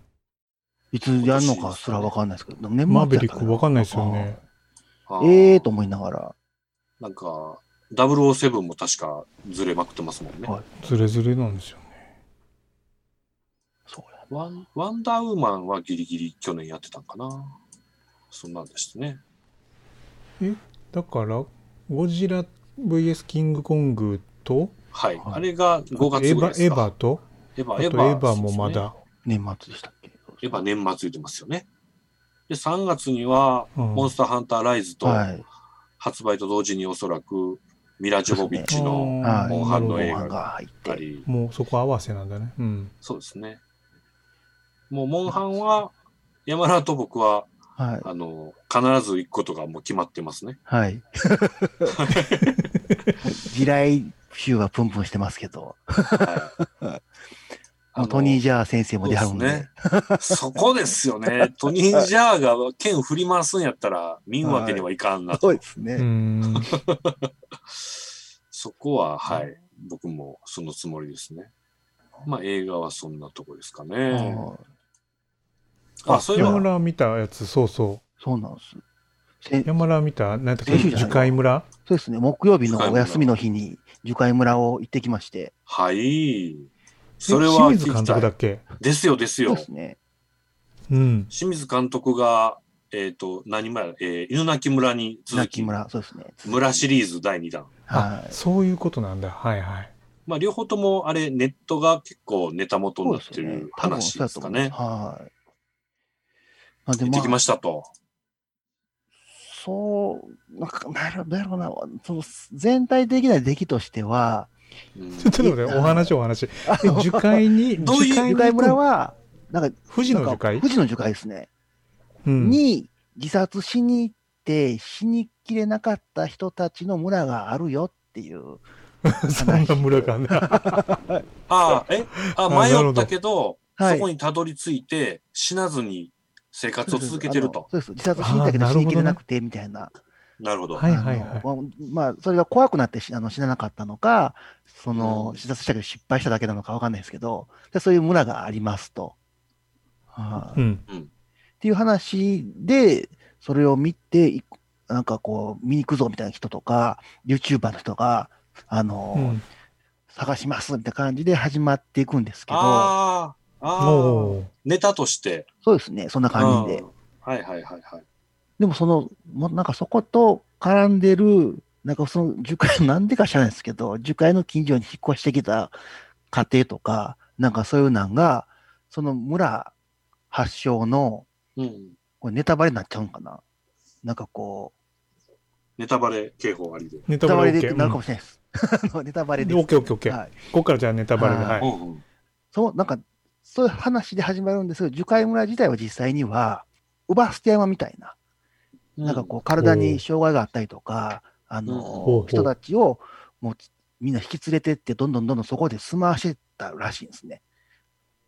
いつやるのかすらわかんないですけど、年末マーやったベらリックわかんないですよね。あーええと思いながら。なんか、007も確かずれまくってますもんね。はいズレズレなんですよね。そうや。ワンワンダーウーマンはギリギリ去年やってたんかな。そんなんでしたね。だから、ゴジラ VS キングコングと、はい。はいあれが5エ月ヴぐらいァで、すエヴか。ァと、エヴァ、あとエエヴァ、ヴァもそまうでだ。年末でしたっけすね。エヴァ年末言ってますよね。で、3月には、うんモンスターハンターライズとはい。発売と同時におそらく、ミラ・ジョボビッチの、あーモンハンのなる映ほ画どがが入っあて。り、もうそこ合わせなんだね。うん。そうですね。もう、モンハンは、山田と僕は、はい。あの、必ず行くことがもう決まってますね。はい。 (laughs) 地雷臭がプンプンしてますけど、。(laughs) はいもうトニー・ジャー先生も出はるんで、そうですそこですよね。トニー・ジャーが剣振り回すんやったら、見んわけにはいかんなと。そうですうね。 (laughs) ん。そこは、はい、僕もそのつもりですね。まあ、映画はそんなとこですかね。はいあ、そういえ山ば、村見たやつ、そうそそうなんです。せう。山村見た、なんだっけ、先週じゃない樹海村そうですね、木曜日樹の海お村休みの日に、樹海村を行ってきまして、はい。えそれは清聞水き監た督だいっ。けですよ、ですそうよで。すね、うん。清水監督が、えっ、と、何前、えー、犬鳴村に続泣き、き村、そうですね。村シリーズ第2弾。あは、い。そういうことなんだ。はいはい。まあ、両方とも、あれ、ネットが結構ネタ元にそうなっですてよねる。話ですかね。はい。なんで、行ってきままあ、したと。そう、なんか、なるほど、なるほどな、その全体的な出来としては、うんちょっと待って、お話お話。え樹海に、 (laughs) どういう樹海に樹行海く村は、なんか、富士のなん樹か海富士の樹海ですね。うん (laughs) に自殺しに行って、死にきれなかった人たちの村があるよっていう、そんな村 (laughs) かな。ああ、えあ、あなるほ迷どったけど、はいそこにたどり着いて、死なずに生活を続けてると。そうです。自殺しに行ったけあどー死にきれなくてみたいな。なるほど。はいはいはいあのまあ、それが怖くなってしあの死ななかったのか、その、うん自殺したけど失敗しただけなのかわかんないですけど、でそういう村がありますと。はいうん。っていう話で、それを見て、いなんかこう、見に行くぞみたいな人とか、YouTuber の人が、あ (laughs) の、うん。探しますみたいな感じで始まっていくんですけど、ああ、ああ、おーネタとして。そうですね、そんな感じでうん。はいはいはいはい。でもその、もなんかそこと絡んでる、なんかその樹海、なんでか知らないですけど、樹海の近所に引っ越してきた家庭とか、なんかそういうなんが、その村発祥の、うん。これネタバレになっちゃうんかななんかこネタバレ警報ありで。ネう、ネタタババレレ OK でなるかもしれないです。 (laughs) あのネタバレです。オッケーオッケーオッケーはい。ここからじゃあネタバレで。はいうんはい。うんそう、なんか、そういう話で始まるんですけど、樹海村自体は実際には、ウバステ山みたいな、なんかこう、体に障害があったりとか、あうんの、人たちを、もう、みんな引き連れてって、どんどんどんどんそこで住まわしてたらしいんですね。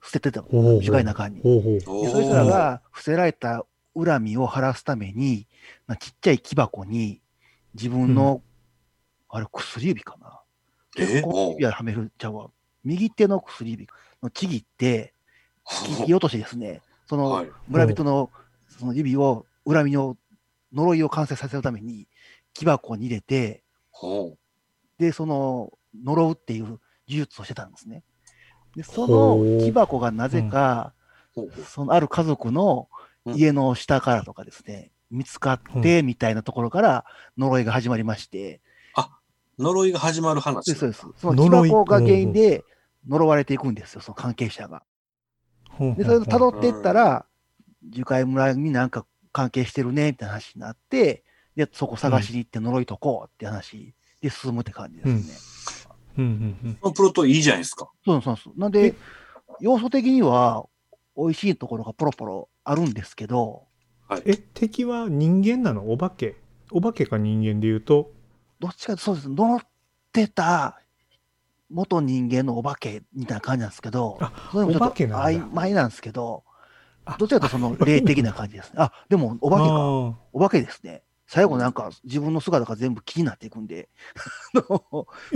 捨ててた、ほうほう樹海の中に。でほうほおう。ーそいつらが伏せられた恨みを晴らすために、まあ、ちっちゃい木箱に、自分の、あれ、薬指かなえ薬お指ははめるちゃうわ。右手の薬指のちぎって、切り落としですね、その (laughs) はい村人のその指を、恨みの呪いを完成させるために、木箱に入れて、ほうで、その呪うっていう呪術をしてたんですね。で、そほのう木箱がなぜか、ほうほうそのある家族の家の下からとかですね、見つかってみたいなところから呪いが始まりまして、呪いが始まる話。でそうです。その木箱が原因で呪われていくんですよ、その関係者が。ほうほうほうで、それを辿っていったら、樹海村になんか関係してるね、みたいな話になって、で、そこ探しに行って呪いとこうって話で進むって感じですね。うんうんこのプロットいいじゃないですか。そうそうそう。なんでえ、要素的には美味しいところがポロポロあるんですけど、え敵は人間なのお化けお化けか人間で言うとどっちかとそうです。乗ってた元人間のお化けみたいな感じなんですけど、あそれもちょおっ化けとなんだ曖昧なんですけどあ、どっちかというとその霊的な感じですね。あ、でもおお化けか。お化けですね。最後なんか自分の姿が全部気になっていくんで、 (laughs) あの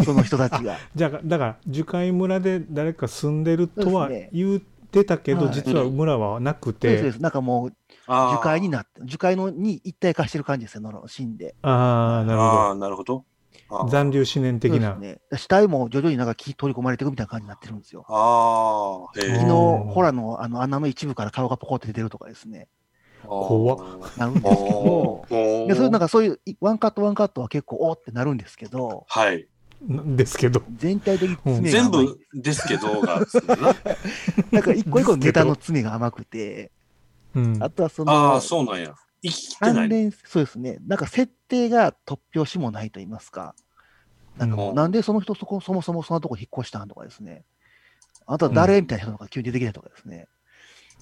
その人たちが。じゃあだから樹海村で誰か住んでるとはそうですね言ってたけど、はい実は村はなくそうて、ですそうです。なんかもうあー樹海になって、樹海のに一体化してる感じですよ、のシーンで。ああなるあー、なるほど。あほどー残留思念的な、そうですね。死体も徐々になんか木取り込まれていくみたいな感じになってるんですよ。あー、うえん木のほらのあの穴の一部から顔がポコって出てるとかですね。怖っ。なるんです (laughs) けど、でそれなんかそういういワンカットワンカットは結構おーってなるんですけど、はい。なんですけど全体的に詰めが全甘い、部ですけどがですね、なんか一個一個ネタの詰めが甘くて、うん (laughs) あとはそああ、の、そうなんや。生ききってな関い。連、そうですね。なんか設定が突拍子もないと言いますか。なんかもうう、んなんでその人そこ、そもそもそんなとこ引っ越したんとかですね。あとは誰みたいな人が急に出てきたとかですね。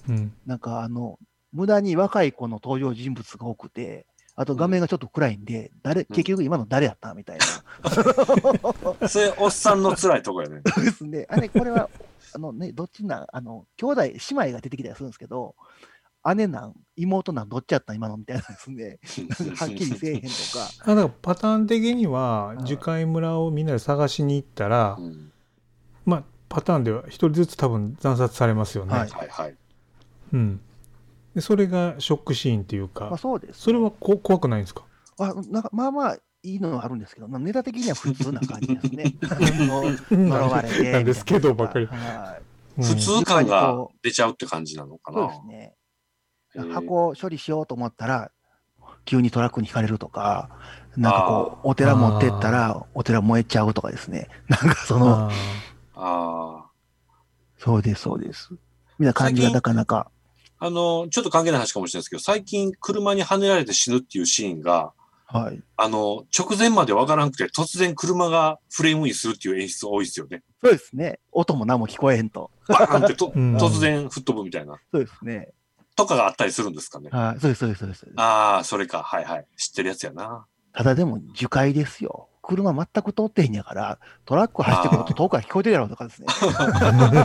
うんなんかあの、無駄に若い子の登場人物が多くて、あと画面がちょっと暗いんで、誰、結局今の誰やったみたいな。それ、おっさんの辛いとこやね。そうですね。あれ、こ (laughs) れは、あのね、どっちなん、あの、兄弟、姉妹が出てきたりするんですけど、姉なん、妹なん、どっちやったん今のみたいなで (laughs) すね。なんかはっきりせえへんとか。あだからパターン的にははい樹海村をみんなで探しに行ったら、うんまあパターンでは一人ずつ多分惨殺されますよね、はいはいはい。うん、でそれがショックシーンっていうか、まあそうです、それはこ怖くないんですかあなんかまあまあいいのはあるんですけど、まあ、ネタ的には普通な感じです (laughs) ね。あの呪われてみたいなんですけどばっかりはい普うん通感が出ちゃうって感じなのかそうなで。すね。へー箱を処理しようと思ったら、急にトラックにひかれるとか、なんかこう、お寺持ってったら、お寺燃えちゃうとかですね。なんかそあの、ーああ。そうです、そうです。みんな感じがなかなか。あの、ちょっと関係ない話かもしれないですけど、最近車にはねられて死ぬっていうシーンが、はい。あの、直前までわからんくて、突然車がフレームインするっていう演出多いですよね。そうですね。音も何も聞こえへんと。バーンってとうん突然吹っ飛ぶみたいな。そうですね。とかがあったりするんですかね。はい。そうです、そうです、そうです。ああ、それか。はいはい。知ってるやつやな。ただでも、樹海ですよ。車全く通ってへんやから、トラック走ってくると遠くから聞こえてるやろうと (laughs) かですね。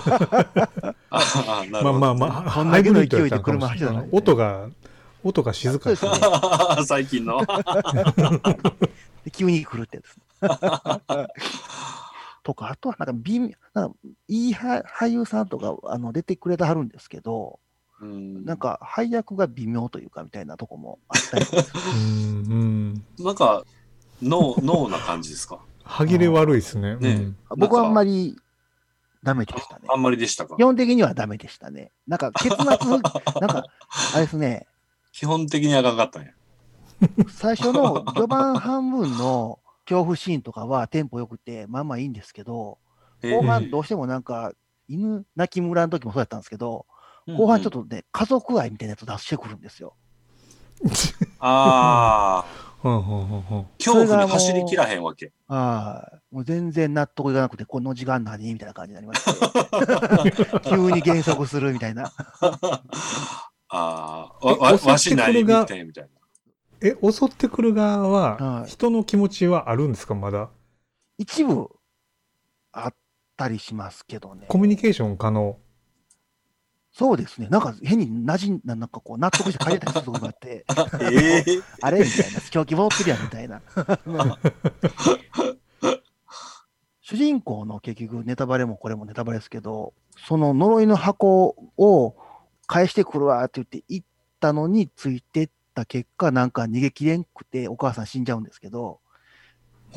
ああ、 (laughs) なるまあほど。まあまあそんだけの勢ハイブリいでッドやったのかもしれない車走ってたのね音が音が静かですそうねです (laughs) 最近 (laughs) の。で急に来るってやつ。 (laughs) とか、あとはなんか微妙、なんかいいは俳優さんとかあの出てくれてはるんですけど、うんなんか配役が微妙というかみたいなとこもあったりとかでするうんうんなんか、脳、脳な感じですか。歯切れ悪いですねねえうん (laughs) 僕はあんまりダメでしたねあ。んまりでしたか基。本的にはダメでしたね。なんか結 (laughs) 末、なんか、あれですね、基本的にあかんかったんや。最初の序盤半分の恐怖シーンとかはテンポ良くて、まあまあいいんですけど、後半どうしてもなんか、犬鳴き村の時もそうやったんですけど、後半ちょっと。とね、家族愛みたいなやつ出してくるんですよ。ああ、うんうんうん (laughs) うん恐怖に走りきらへんわけ。 (laughs) ああ、もう全然納得いかなくて、この時間何みたいな感じになりま (laughs) して、急に減速するみたいな。ああ、わ、わ、わしないみたいみたいな。え襲ってくる側ははい人の気持ちはあるんですかまだ一部あったりしますけどね。コミュニケーション可能そうですね。なんか変になじんなんかこう納得して帰ったりするとこがあって、ええあれみたいな、狂気戻ってるやんみたいな。 (laughs) 主人公の結局ネタバレもこれもネタバレですけど、その呪いの箱を返してくるわって言って行ったのについてった結果、なんか逃げきれんくてお母さん死んじゃうんですけど、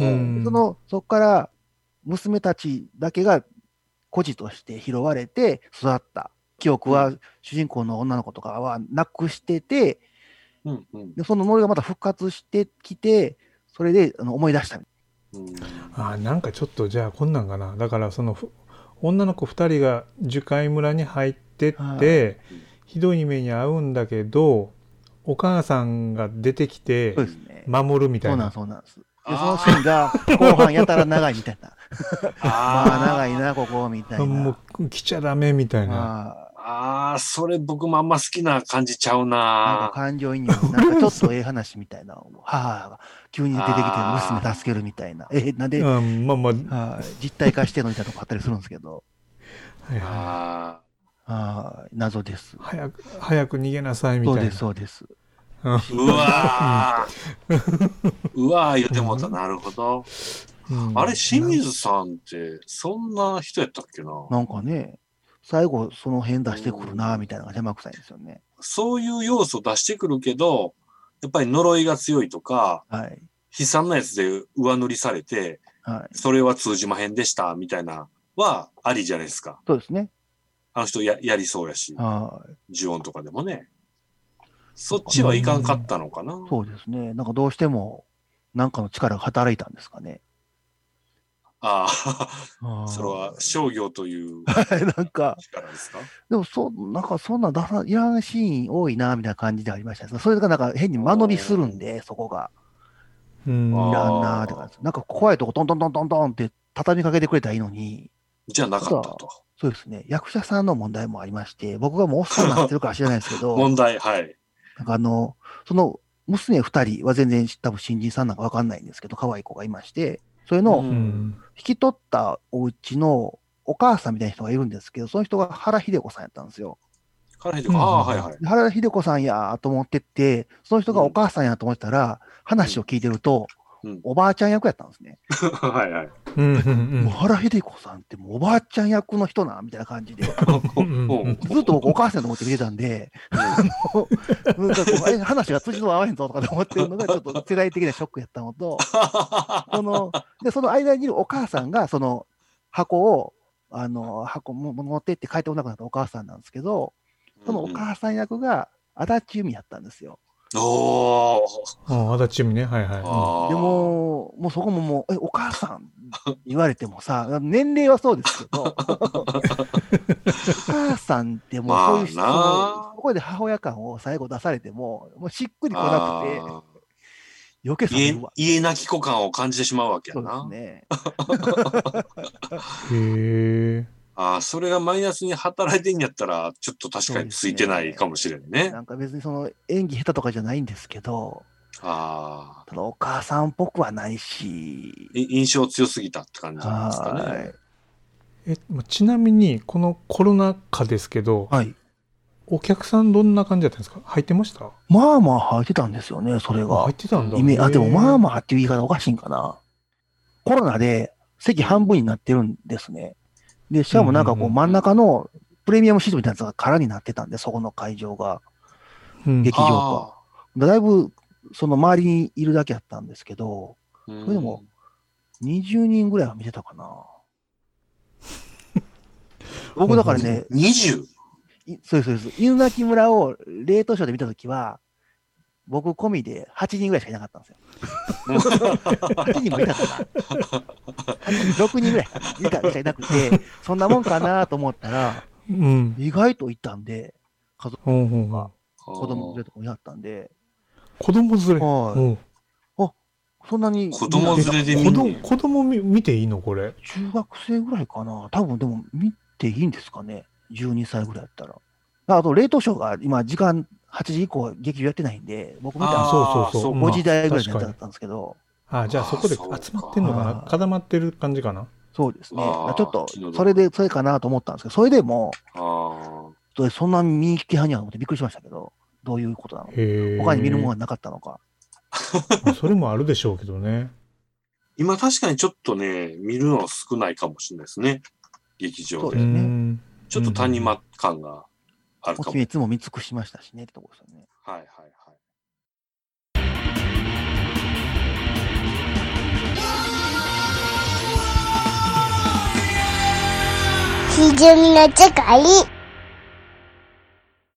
うんそのそこから娘たちだけが孤児として拾われて育った記憶は主人公の女の子とかはなくしてて、うんうんでその呪いがまた復活してきて、それであの思い出したみうん。あーなんかちょっとじゃあこんなんかなだからそのふ女の子2人が樹海村に入ってって、はひどい目に遭うんだけどお母さんが出てきてそう、ですね。守るみたそいうなんな。そうなんです。で、そあのーシーンが (laughs) 後半やたら長いみたいな。ま (laughs) ああ長いな、ここ、みたいな。もう来ちゃダメみたいな。まーあー、それ僕もあんま好きな感じちゃうあ、なんなか。感情移入、なんかちょっとええ話みたいな。母が急に出てきてあー娘助けるみたいな。え、なんで、うん、まあまあ、はい実体化してるみたいなとこあったりするんですけど、はいはいあはい謎です。早く、早く逃げなさいみそたういでなす、。そうです。ーうわー (laughs) うわー言ってもうた。なるほど。うんあれ、清水さんって、そんな人やったっけななんかね、最後その辺出してくるな、みたいなのが邪魔くさいんですよね。そういう要素出してくるけど、やっぱり呪いが強いとか、はい。悲惨なやつで上塗りされて、はい。それは通じまへんでした、みたいな、はありじゃないですか。そうですね。あの人ややりそうやし、はい。呪音とかでもね。そっちはいかんかったのかな。そうですね。なんかどうしても、なんかの力が働いたんですかね。ああ、それは商業というはい (laughs) なんか、力です (laughs) かでもそう、なんかそんな出さ、いらないシーン多いな、みたいな感じではありましたね。それがなんか変に間延びするんで、そこが。うんあいーらんなーって感じです。なんか怖いとこトントントントントンって畳みかけてくれたらいいのに、じゃなかったと。そうですね。役者さんの問題もありまして、僕がもうおっさんになってるから知らないですけ (laughs) ど、問題、はい。なんかあの、その娘二人は全然多分新人さんなんかわかんないんですけど、可愛い子がいまして、それうのうんん引き取ったお家のお母さんみたいな人がいるんですけど、その人が原秀子さんやったんですよ。彼女うんが、ああー、はいはい。で原秀子さんやーと思ってって、その人がお母さんやと思ってたら、話を聞いてると、うんおばあちゃん役やったんですね。はいはい。うんうんもう原秀子さんってもうおばあちゃん役の人な、みたいな感 (laughs) じで。うんうんうんずっと (laughs) 僕お母さんやと思って見てたんで、 (laughs) なんかこうえ話が辻と合わへんぞとかって思ってるのが、ちょっと世代的なショックやったのと、その、で、その間にいるお母さんが、その箱を、あの、箱も持ってって帰ってこなくなったお母さんなんですけど、そのお母さん役が足立由美やったんですよ。おーああ、足立由美ね。はいはい。あーでも、もうそこももう、え、お母さん言われてもさ、年齢はそうですけ (laughs) ど、お母さんってもうそういう、まあなそのそこで母親感を最後出されても、もうしっくりこなあくて、ー余計冷め家るわ。家なき子感を感じてしまうわけやそうでな。すね。へえ。ああ、それがマイナスに働いてんやったら、ちょっと確かについてないかもしれんね。なんか別にその演技下手とかじゃないんですけど、ああ、ただお母さんっぽくはないし、い印象強すぎたって感じなんですかはね。え、まちなみに、このコロナ禍ですけどい。、はい。お客さんどんな感じだったんですか入ってましたまあまあ入ってたんですよね、それが入っ。てたんだ。イメージあ、でもまあままあっていう言い方おかしいんかな。コロナで席半分になってるんですね。で、しかもなんかうんうんこううん真ん中のプレミアムシートみたいなやつが空になってたんで、そこの会場が。うん劇場あか。だいぶその周りにいるだけやったんですけど、あうんそれでも20人ぐらいは見てたかな。僕だからね、 20? いそうです、そうです。犬鳴村を冷凍ショーで見たときは、僕込みで8人ぐらいしかいなかった (laughs) んですよ。8人もいたかな ?6 人ぐらいしかいなくて、そんなもんかなと思ったら、うん。意外といたんで、うんうんうん (laughs) 子供連れとかもいはったんで、子供連れ。はいうんそんなに。子供連れで見子る供子供み見ていいのこれ。中学生ぐらいかな多分でも見ていいんですかね ?12 歳ぐらいだったら。ああと、冷凍ショーが今、時間8時以降、劇場やってないんで、僕見たあのあ、そうそうそそうう。ー5時台ぐらい確かのやつだにっ。たんですけど、あじゃあそこで集まってんのかなあー固まってる感じかなそうですね。あーちょっと気の、毒それで、それかなと思ったんですけど、それでも、あそそんな見に来てはんやと思ってびっくりしましたけど、どういうことなのかへえ。他に見るものがなかったのか。まあそれもあるでしょうけどね。ー今確かにちょっとね、見るの少ないかもしれないですね。劇場そうでで。すねうんちょっと谷間感があるもかうも。鬼滅も見尽くしましたしね、ってとこですよね。はいはいはい。ひじゅみの世界。